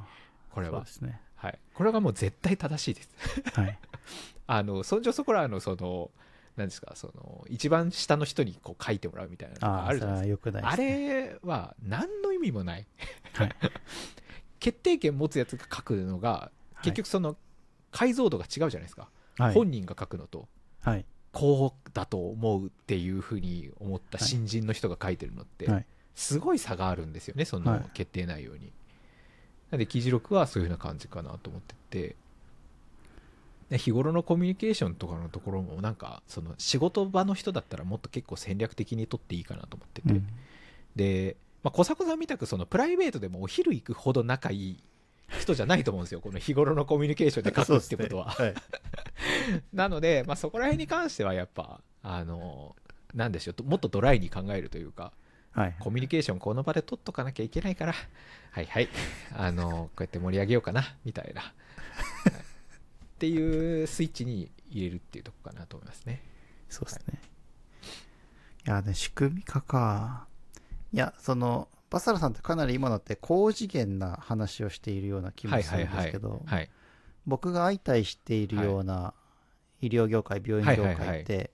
これそうはで。すね。はい。これがもう絶対正しいです。 はい。あの、そんじょそこらのその、なんですか、その、一番下の人にこう書いてもらうみたいなのあがああ、るそじゃれないですか。は良くないであすね。れは何の意味もない。はい 決定権持つやつが書くのが、結局その解像度が違うじゃないですか。はい、本人が書くのとはい。こうだと思うっていうふうに思ったはい新人の人が書いてるのって、はいすごい差があるんですよねそはのい決定内容に、なんで記事録はそういうふうな感じかなと思っててで日頃のコミュニケーションとかのところもなんかその仕事場の人だったらもっと結構戦略的にとっていいかなと思ってて、うんで、まあ、小迫さんみたくそのプライベートでもお昼行くほど仲いい人じゃないと思うんですよこの日頃のコミュニケーションで書くってことはそうですねなので、まあ、そこら辺に関してはやっぱあのなんでしょうもっとドライに考えるというかはい。はい。コミュニケーションこの場で取っとかなきゃいけないからはいはいあのこうやって盛り上げようかなみたいな、はいっていうスイッチに入れるっていうとこかなと思いますね。そうですね。いや、ね、仕組み化か。いや、その、バサラさんってかなり今のって高次元な話をしているような気はもいすはいるんではすいけど、はい僕が相対しているような医療業界、病院業界って、はいはい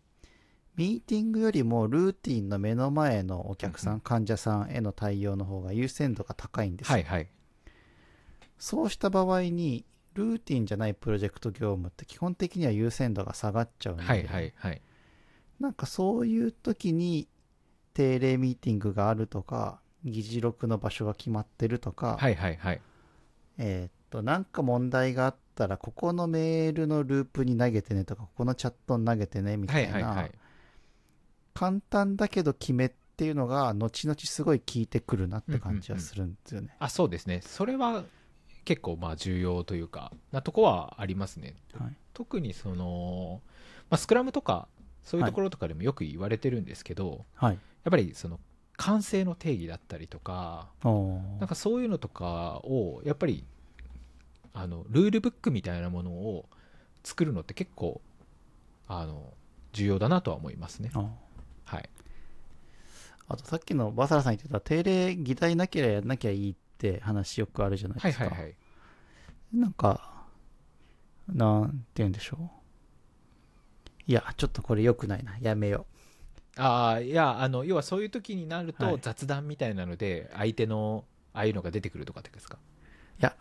ミーティングよりもルーティンの目の前のお客さん、うん患者さんへの対応の方が優先度が高いんですよ、はいはいそうした場合に、ルーティンじゃないプロジェクト業務って基本的には優先度が下がっちゃうんで、はいはいはいなんかそういう時に定例ミーティングがあるとか議事録の場所が決まってるとか、はいはいはいえーっとなんか問題があったらここのメールのループに投げてねとかここのチャットに投げてねみたはいいな、はいはい簡単だけど決めっていうのが後々すごい効いてくるなって感じはするんですよね。あそうですねそれは結構まあ重要というかなとこはありますねはい特にその、まあ、スクラムとかそういうところとかでもよく言われてるんですけど、はい。やっぱりその完成の定義だったりとかおなんーかそういうのとかをやっぱりあのルールブックみたいなものを作るのって結構あの重要だなとは思いますね。あーはい、あとさっきのバサラさん言ってた定例議題なければやんなきゃいいって話よくあるじゃないはいですか。はいはいなんか、なんて言うんでしょう。いや、ちょっとこれ良くないな。やめよああいやあの要はそういう時になるはとい雑談みたいなので相手のああいうのが出てくるとかってですかう。いや、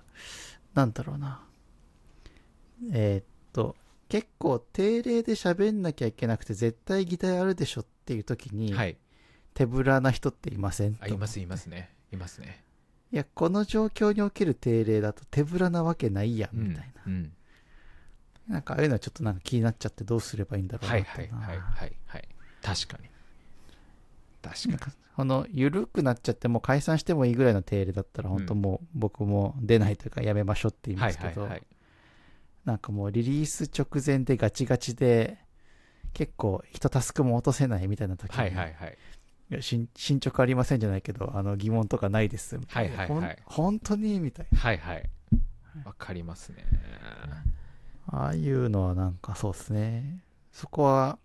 なんだろうな。えーっと、結構定例で喋んなきゃいけなくて絶対議題あるでしょっていう時に、はい手ぶらな人っていませんあいますいますねいますねいや、この状況における定例だと手ぶらなわけないやん、うんみたいな。うんなんかああいうのはちょっとなんか気になっちゃってどうすればいいんだろうはなっいてな。はいはいはいはい確かに確なんかかこの緩くなっちゃってもう解散してもいいぐらいの定例だったらうん本当もう僕も出ないというかやめましょうって言にいまはいすはけいど、はいなんかもうリリース直前でガチガチで結構一タスクも落とせないみたいな時に、はいはいはいいや進進捗ありませんじゃないけどあの疑問とかないですみたいな、はいはいはいほん本当にみたいはいはいわかりますねなああいうのはなんかそうですねそこは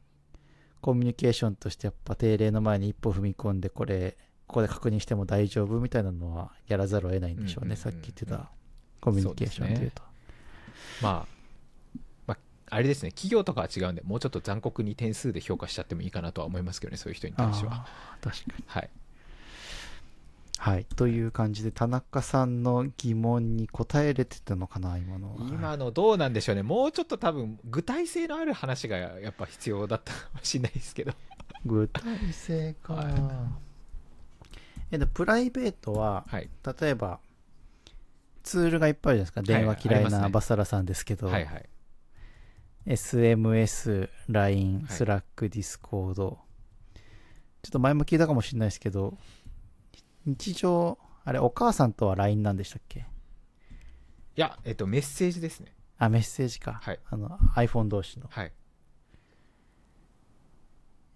コミュニケーションとしてやっぱ定例の前に一歩踏み込んでこれここで確認しても大丈夫みたいなのはやらざるを得ないんでしょうね、うんうんうんうんさっき言ってたコミュニケーションでいうとまあまああれですね企業とかは違うんでもうちょっと残酷に点数で評価しちゃってもいいかなとは思いますけどねそういう人に対してはあー確かにはいはいという感じで田中さんの疑問に答えれてたのかな今のは今のどうなんでしょうねもうちょっと多分具体性のある話がやっぱ必要だったかもしれないですけど具体性か、はいえっとプライベートははい例えばツールがいっぱいあるじゃないですか電話あ嫌りいますなねバサラさんですけど、はいはい SMS、LINE、はい Slack、Discord。ちょっと前も聞いたかもしれないですけど、日常、あれ、お母さんとは LINE なんでしたっけいやえっとメッセージですねあ、メッセージか。はいあの、iPhone 同士の。はい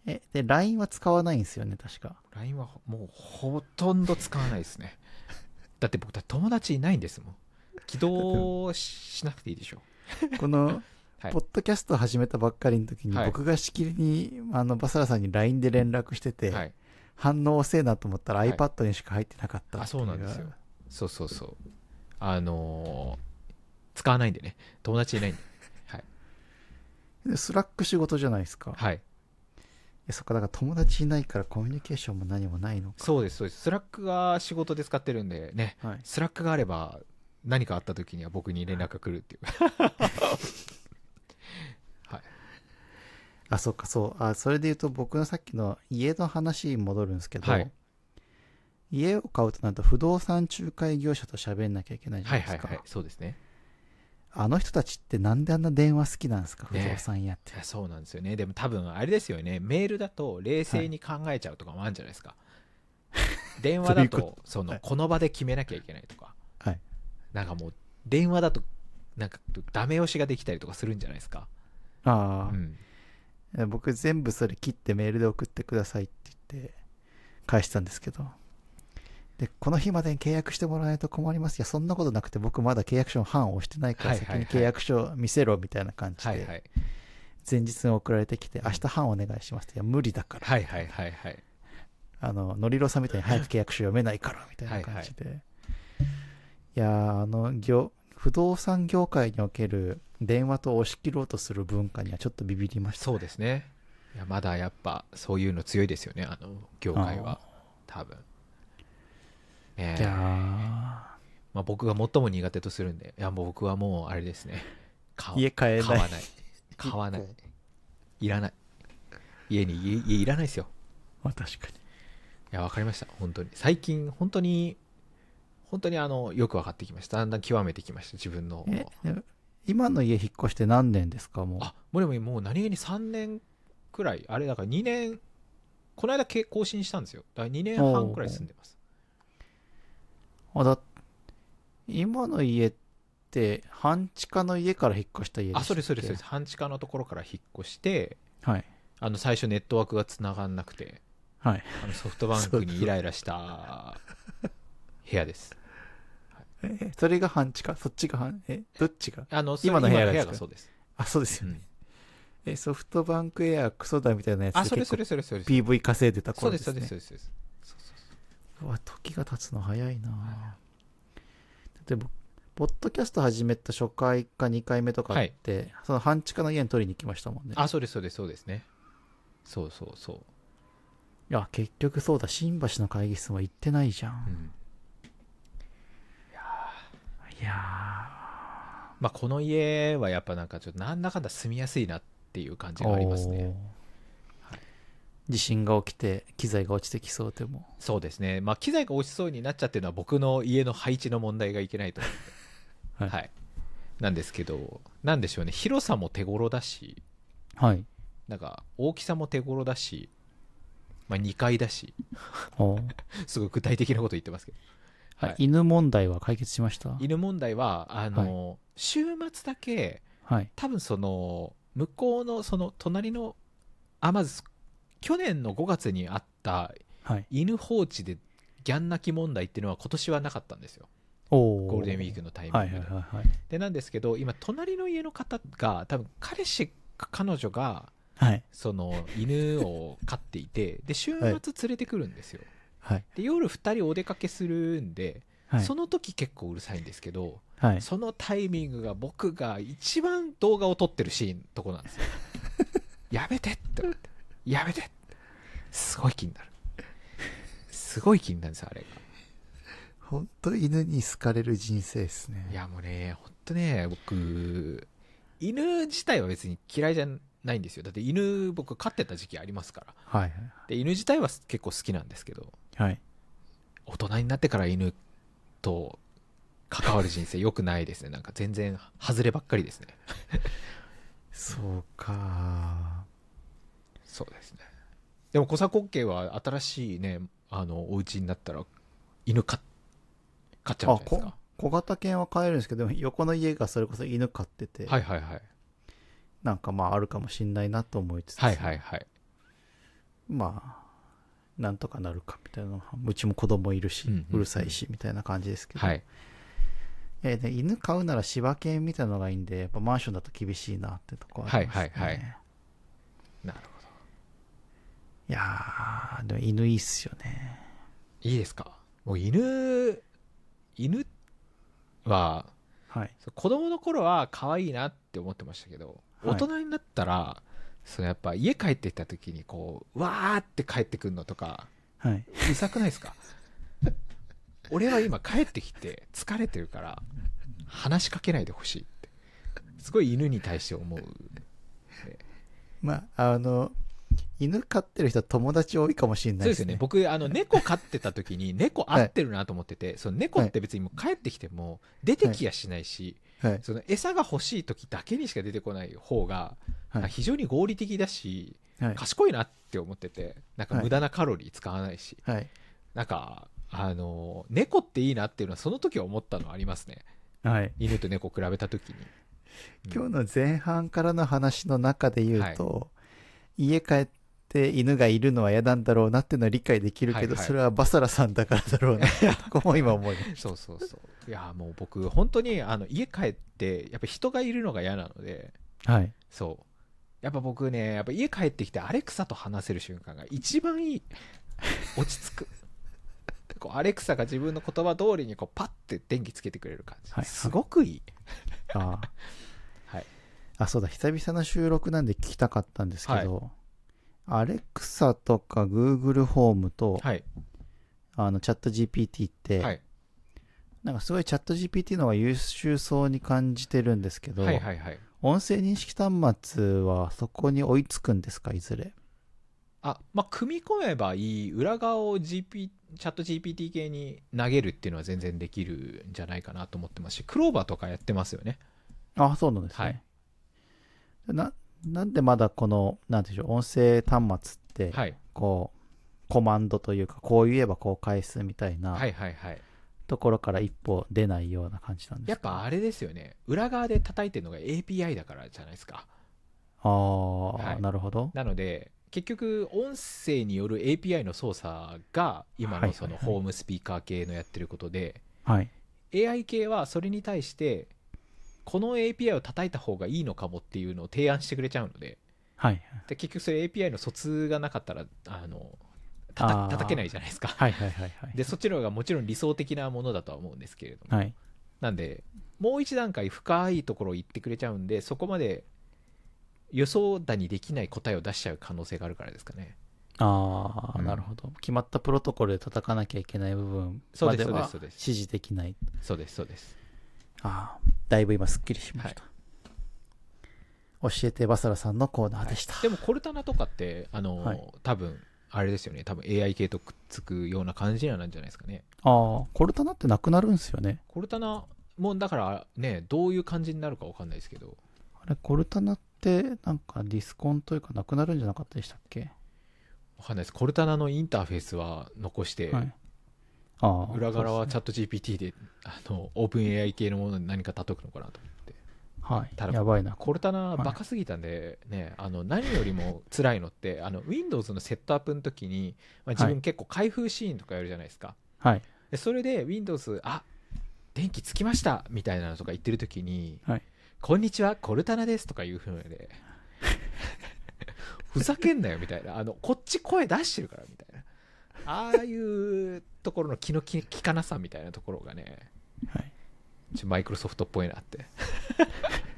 え、で、LINE は使わないんですよね、確か。 LINE はもうほとんど使わないです ねだって僕だって友達いないんですもん起動ししなくていいでしょこの、はいポッドキャスト始めたばっかりの時に、はい僕がしきりに、あの、バサラさんに LINE で連絡してて、はい反応遅えなと思ったらはい iPad にしか入ってなかったあっていそうなんですよそうそうそうあのー使わないんでね友達いないんでで Slack 仕事じゃないですか。はいえそっかだから友達いないからコミュニケーションも何もないのかそうですそうですスラックが仕事で使ってるんでねはいスラックがあれば何かあった時には僕に連絡が来るっていうはいあ、そっか、そう。あ、それで言うと、僕のさっきの家の話に戻るんですけど、はい家を買うとなると、不動産仲介業者と喋んなきゃいけないじゃはないいではいすか。はいそうですねあの人たちって、なんであんな電話好きなんですか、不ねえ動産屋って。いやそうなんですよねでも多分あれですよねメールだと冷静に考えちゃうとかもあるんじゃないですか、電話だとどういうそのはいこの場で決めなきゃいけないとか、はいなんかもう電話だとなんかダメ押しができたりとかするんじゃないですか、うああ、ん、僕、全部それ切ってメールで送ってくださいって言って、返したんですけど。で、この日までに契約してもらわないと困ります。いや、そんなことなくて、僕まだ契約書の判を押してないかはら、いはい先はいに契約書見せろみたいな感じで。はいはい前日に送られてきて、ん明日半お願いしますって、いや、無理だから、はいはいはいはいあの、ノリロさんみたいに早く契約書読めないから、みたいな感じで。いやー、あの、業、不動産業界における電話と押し切ろうとする文化にはちょっとビビりました。そうですねいやまだやっぱそういうの強いですよねあの業界は多分ねえいやーまあ、僕が最も苦手とするんでいやもう僕はもうあれですね買わ家買え買なわい。ない買わないいらない家に家家いらないですよまあ確かに。いやわかりました本当に最近本当に本当にあのよく分かってきましただんだん極めてきました自分のえ、でも今の家引っ越して何年ですか、もう。あもうでももう何気に3年くらいあれだから2年この間け更新したんですよだから2年半くらい住んでますあだ今の家って、半地下の家から引っ越した家ですあそうですそうですそうです半地下のところから引っ越してはい。あの最初ネットワークがつながんなくてはい。あのソフトバンクにイライラ した部屋ですえそれが半地下そっちが半えどっちがあのそれ今の部屋今がですかがそうです、あそうですうよね、んえソフトバンクエアクソだみたいなやつあそれ結そ構れそれそれそれ PV 稼いでたそう頃でですすそねうですそうですそうですそうそううわ時が経つの早いなでもポッドキャスト始めた初回か2回目とかって、その半地下の家に取りに行きましたもんねあそうですそうですそうですねそうそうそう、いや結局そうだ新橋の会議室も行ってないじゃ、うんんいやまあこの家はやっぱなんかちょっとなんだかんだ住みやすいなっていう感じーがありますねおー地震が起きて機材が落ちてきそうでもそうですねまあ機材が落ちそうになっちゃってるのは僕の家の配置の問題がいけないと思って、は いはい、なんですけどなんでしょうね広さも手頃だしはいなんか大きさも手頃だし、まあ、2階だし おーすごい具体的なこと言ってますけど、あはい犬問題は解決しました犬問題はあの、週末だけはい多分その向こうのその隣のあまず去年の5月にあったはい犬放置でギャン泣き問題っていうのは今年はなかったんですよおゴールデンウィーククのタイミングはいで,、はいはいはいでなんですけど今隣の家の方が多分彼氏か彼女がはいその犬を飼ってい てで週末はい連れてくるんですよ、はいで夜2人お出かけするんで、はいその時結構うるさいんですけど、はいそのタイミングが僕が一番動画を撮ってるシーンのとこなんですよやめてって思ってやめてすごい気になるすごい気になるんですよあれが本当犬に好かれる人生ですねいやもうねほんとね僕犬自体は別に嫌いじゃないんですよだって犬僕飼ってた時期ありますからはいで犬自体は結構好きなんですけどはいはい大人になってから犬と関わる人生良くないですねなんか全然外ればっかりですねそうかそうですねでも小佐国家は新しいねあのお家になったら犬飼っ飼っちゃうんじゃないですこか小型犬は飼えるんですけど横の家がそれこそ犬飼ってて、はいはいはいなんかまああるかもしんないなと思いつつ、はいはいはいまあなんとかなるかみたいなのはうちも子供いるし、ううんうんうんるさいしみたいな感じですけど、はいいやね犬飼うなら柴犬みたいなのがいいんでやっぱマンションだと厳しいなってとこありますねはいはいはいなるほいやーでも犬いいっすよねどいいですかもう犬犬ははいそう子供の頃は可愛いなって思ってましたけど、はい大人になったらそのやっぱ家帰ってきた時にこうわーって帰ってくるのとかはい。うざくないですか俺は今帰ってきて疲れてるから話しかけないでほしいってすごい犬に対して思うまあ、あの、犬飼ってる人は友達多いかもしれなそいうでですすね。ね僕あの猫飼ってた時に猫合ってるなと思ってて、その猫って別にもう帰ってきても出てきやしないし、はい。その餌が欲しい時だけにしか出てこない方が、はい非常に合理的だしはい。賢いなって思っててなんか無駄なカロリー使わないし、はい。なんかあの猫っていいなっていうのはその時思ったのはありますねはい。犬と猫比べた時に、今うん日の前半からの話の中で言うと、家帰って犬がいるのは嫌なんだろうなっていうのは理解できるけはど、いはいそれはバサラさんだからだろうな ってとこも今思いましそうそうそういやもう僕本当にあの家帰ってやっぱ人がいるのが嫌なのでた。はい。そうやっぱ僕ねやっぱ家帰ってきてアレクサと話せる瞬間が一番いい落ち着くこうアレクサが自分の言葉通りにこうパッて電気つけてくれる感じ、はいすごくいいああ。はいあ、そうだ、久々の収録なんで聞きたかったんですけど、アレクサとか Google ホームと、はいあのチャット GPT って、はいなんかすごいチャット GPT の方が優秀そうに感じてるんですけど、はいはいはい音声認識端末はそこに追いつくんですか、いずれ。あまあ組み込めばいい裏側を GP チャット GPT 系に投げるっていうのは全然できるんじゃないかなと思ってますしクローバーとかやってますよねあ、そうなんですね。はいななんでまだこの、なんていうんでしょう、音声端末って、はいこう、コマンドというか、こう言えばこう返すみたいなはいはいはいところから一歩出ないような感じなんでやすっか、ぱあれですよね裏側で叩いてるのが API だからじゃないですかああ、はいなるほど。なので結局音声による API の操作が今はいはいはのいそのホームスピーカー系のやってることではい。 AI 系はそれに対してこの API を叩いた方がいいのかもっていうのを提案してくれちゃうのではい。で結局それ API の疎通がなかったらあのたあーた叩けないじゃないですかはいはいはいはい。でそっちの方がもちろん理想的なものだとは思うんですけれどもはい。なんでもう一段階深いところを言ってくれちゃうんでそこまで予想だにできない答えを出しちゃう可能性があるからですかねああ、うんなるほど。決まったプロトコルで叩かなきゃいけない部分そまうでですはそうですそうで指す示できない。そうですそうですああ、だいぶ今すっきりしました。教えてバサラさんのコーナーでした。でもコルタナとかってあの、はい多分あれですよね多分 AI 系とくっつくような感じなんじゃないですかねああ、コルタナってなくなるんですよね。コルタナもだからねどういう感じになるかわかんないですけどあれ、コルタナってなんかディスコンというかなくなるんじゃなかったでしたっけ、わかんないですコルタナのインターフェースは残して、はい。ああ、裏側はそうチャット GPT であのオープン AI 系のものに何か叩くのかなと思ってですたはい。だやばいな。コルタはナいバカすぎたんで、ね、あの何よりも辛いのってあの Windows のセットアップの時に、まあ、自は分結構開封シーンとかやるじゃないですか、はい。でそれで Windows あ電気つきましたみたいなのとか言ってる時にはいこんにちはコルタナです」とかいうふう でふざけんなよみたいなあのこっち声出してるからみたいなああいうところの気の利利かなさみたいなところがねはい。ちょマイクロソフトっぽいなって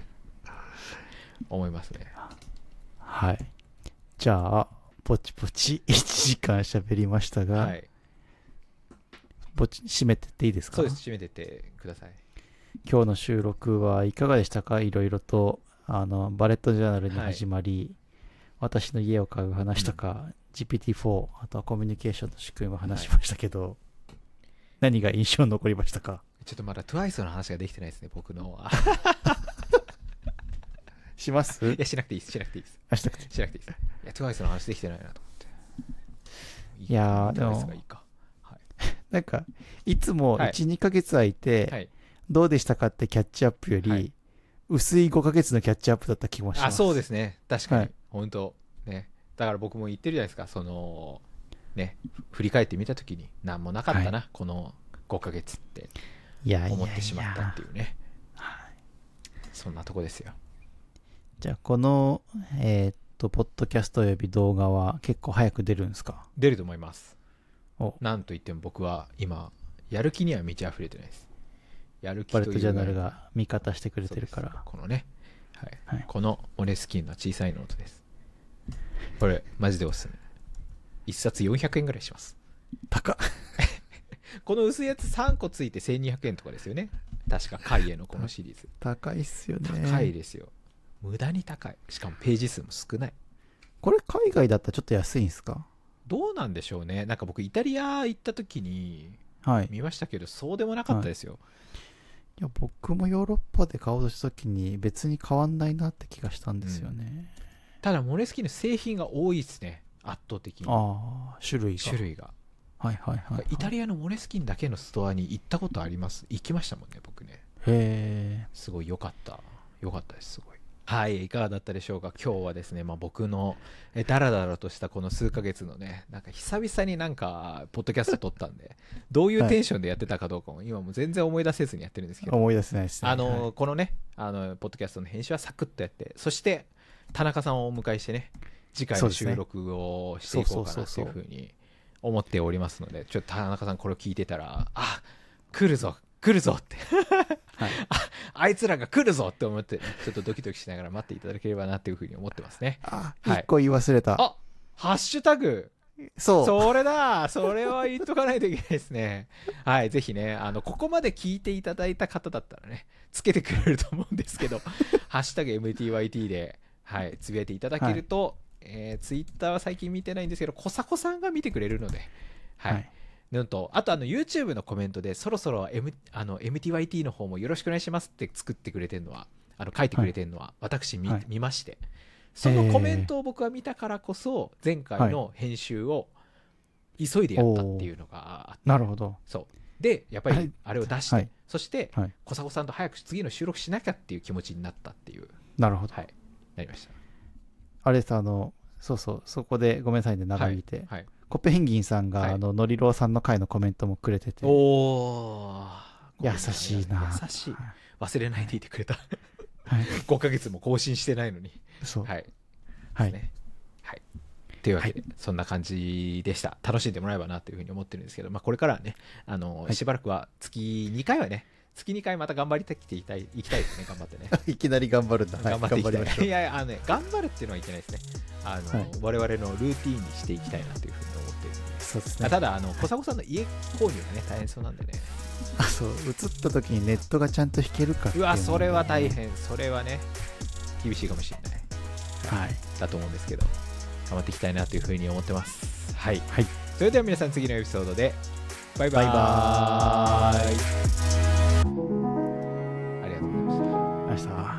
思いますねはい。じゃあ、ポチポチ1時間喋りましたが、はいポチ、締めてっていいですかそうです締めてってください今日の収録はいかがでしたかいろいろとあのバレットジャーナルに始まり、私の家を買う話とか、GPT-4 あとはコミュニケーションの仕組みも話しましたけど、何が印象に残りましたかちょっとまだ TWICE の話ができてないですね僕 のあしますいやしなくていいですしなくていいです明日しなくていいです。いや、TWICE の話できてないなと思って。いやーでも TWICE がいいか。なんかいつもはい12、ヶ月空いて、はい。どうでしたかってキャッチアップより、はい薄い5ヶ月のキャッチアップだった気もしまあ、すそうですね。確かに。はい本当ね。だから僕も言ってるじゃないですか。その、ね、振り返ってみたときに、なんもなかったな、この5ヶ月っていやいやいや思ってしまったっていうね。はいそんなとこですよ。じゃあこのえーっとポッドキャストおよび動画は結構早く出るんですか出ると思います。おなんといっても僕は今、やる気には満ち溢れてないです。やる気とバいうレットジャーナルぐらいが味方してくれてるかそうらです。このね、はいはいこのモレスキンの小さいノートですこれマジでおすすめ1冊400円ぐらいします高っ。この薄いやつ3個ついて1200円とかですよね確かカイエのこのシリーズ高いっすよね。高いですよ無駄に高いしかもページ数も少ないこれ海外だったらちょっと安いんですかどうなんでしょうねなんか僕イタリア行った時にはい。見ましたけどそうでもなかったですよ、いや僕もヨーロッパで買おうとした時に別に変わんないなって気がしたんですよね、ただモレスキンの製品が多いですね圧倒的にああ種類が種類がはいはいはい、はい、イタリアのモレスキンだけのストアに行ったことあります行きましたもんね僕ねへえすごい良かった良かったですすごいはいいかがだったでしょうか今日はですね、まあ、僕のえダラダラとしたこの数ヶ月のねなんか久々になんかポッドキャスト撮ったんでどういうテンションでやってたかどうかも今もう全然思い出せずにやってるんですけど思い出せないですねあの、はいこのねあのポッドキャストの編集はサクッとやってそして田中さんをお迎えしてね次回そうのですね収録をしていこうかそなうとそいうそうそううふうに思っておりますのでちょっと田中さんこれを聞いてたらあ来るぞ来るぞってはい あいつらが来るぞって思ってちょっとドキドキしながら待っていただければなというふうに思ってますねあはい一個言い忘れた、あハッシュタグそうそれだそれは言っとかないといけないですね。はい、ぜひね、あの、ここまで聞いていただいた方だったらね、つけてくれると思うんです けど、ハッシュタグ MTYT で、はい、つぶやいていただけると、えツイッター Twitter は最近見てないんですけど、コサコさんが見てくれるので、はい。はいのとあとあの YouTube のコメントでそろそろ、M、あの MTYT の方もよろしくお願いしますって作ってくれてるのはあの書いてくれてるのは、私見,、はい見ましてそのコメントを僕は見たからこそ前回の編集を急いでやったっていうのがあってなるほどそうでやっぱはりいあれを出して、はいそして、はい小迫さんと早く次の収録しなきゃっていう気持ちになったっていうなるほどはいなりましたあれですあのそうそうそこでごめんなさいね長引いて、はい、はいコペンギンさんが、はいあのノリローさんの回のコメントもくれてておお優しいな優しいは忘れないでいてくれた い、はい5ヶ月も更新してないのにそうはいはい、ねはい。というわけで、そんな感じでした。楽しんでもらえばなというふうに思ってるんですけど、まあ、これからはね、あのはいしばらくは月2回はね、月2回また頑張りたきていきたいいきたいですね、頑張 ってね。いきなり頑張るんだ頑張っていき頑張りまたしょい。ういやいや、あのね、頑張るっていうのはいけないですね。あの、はい我々のルーティンにしていきたいなというふうに思ってるんで、そうですあねただ、あの、小迫さんの家購入がね、大変そうなんでね。あそう映った時にネットがちゃんと引けるかっていうのがわ、ねそれは大変。それはね、厳しいかもしれない。はいだと思うんですけど、頑張っていきたいなというふうに思ってます。はい。はいそれでは皆さん次のエピソードでバイバーイバイバありがとうございました明日は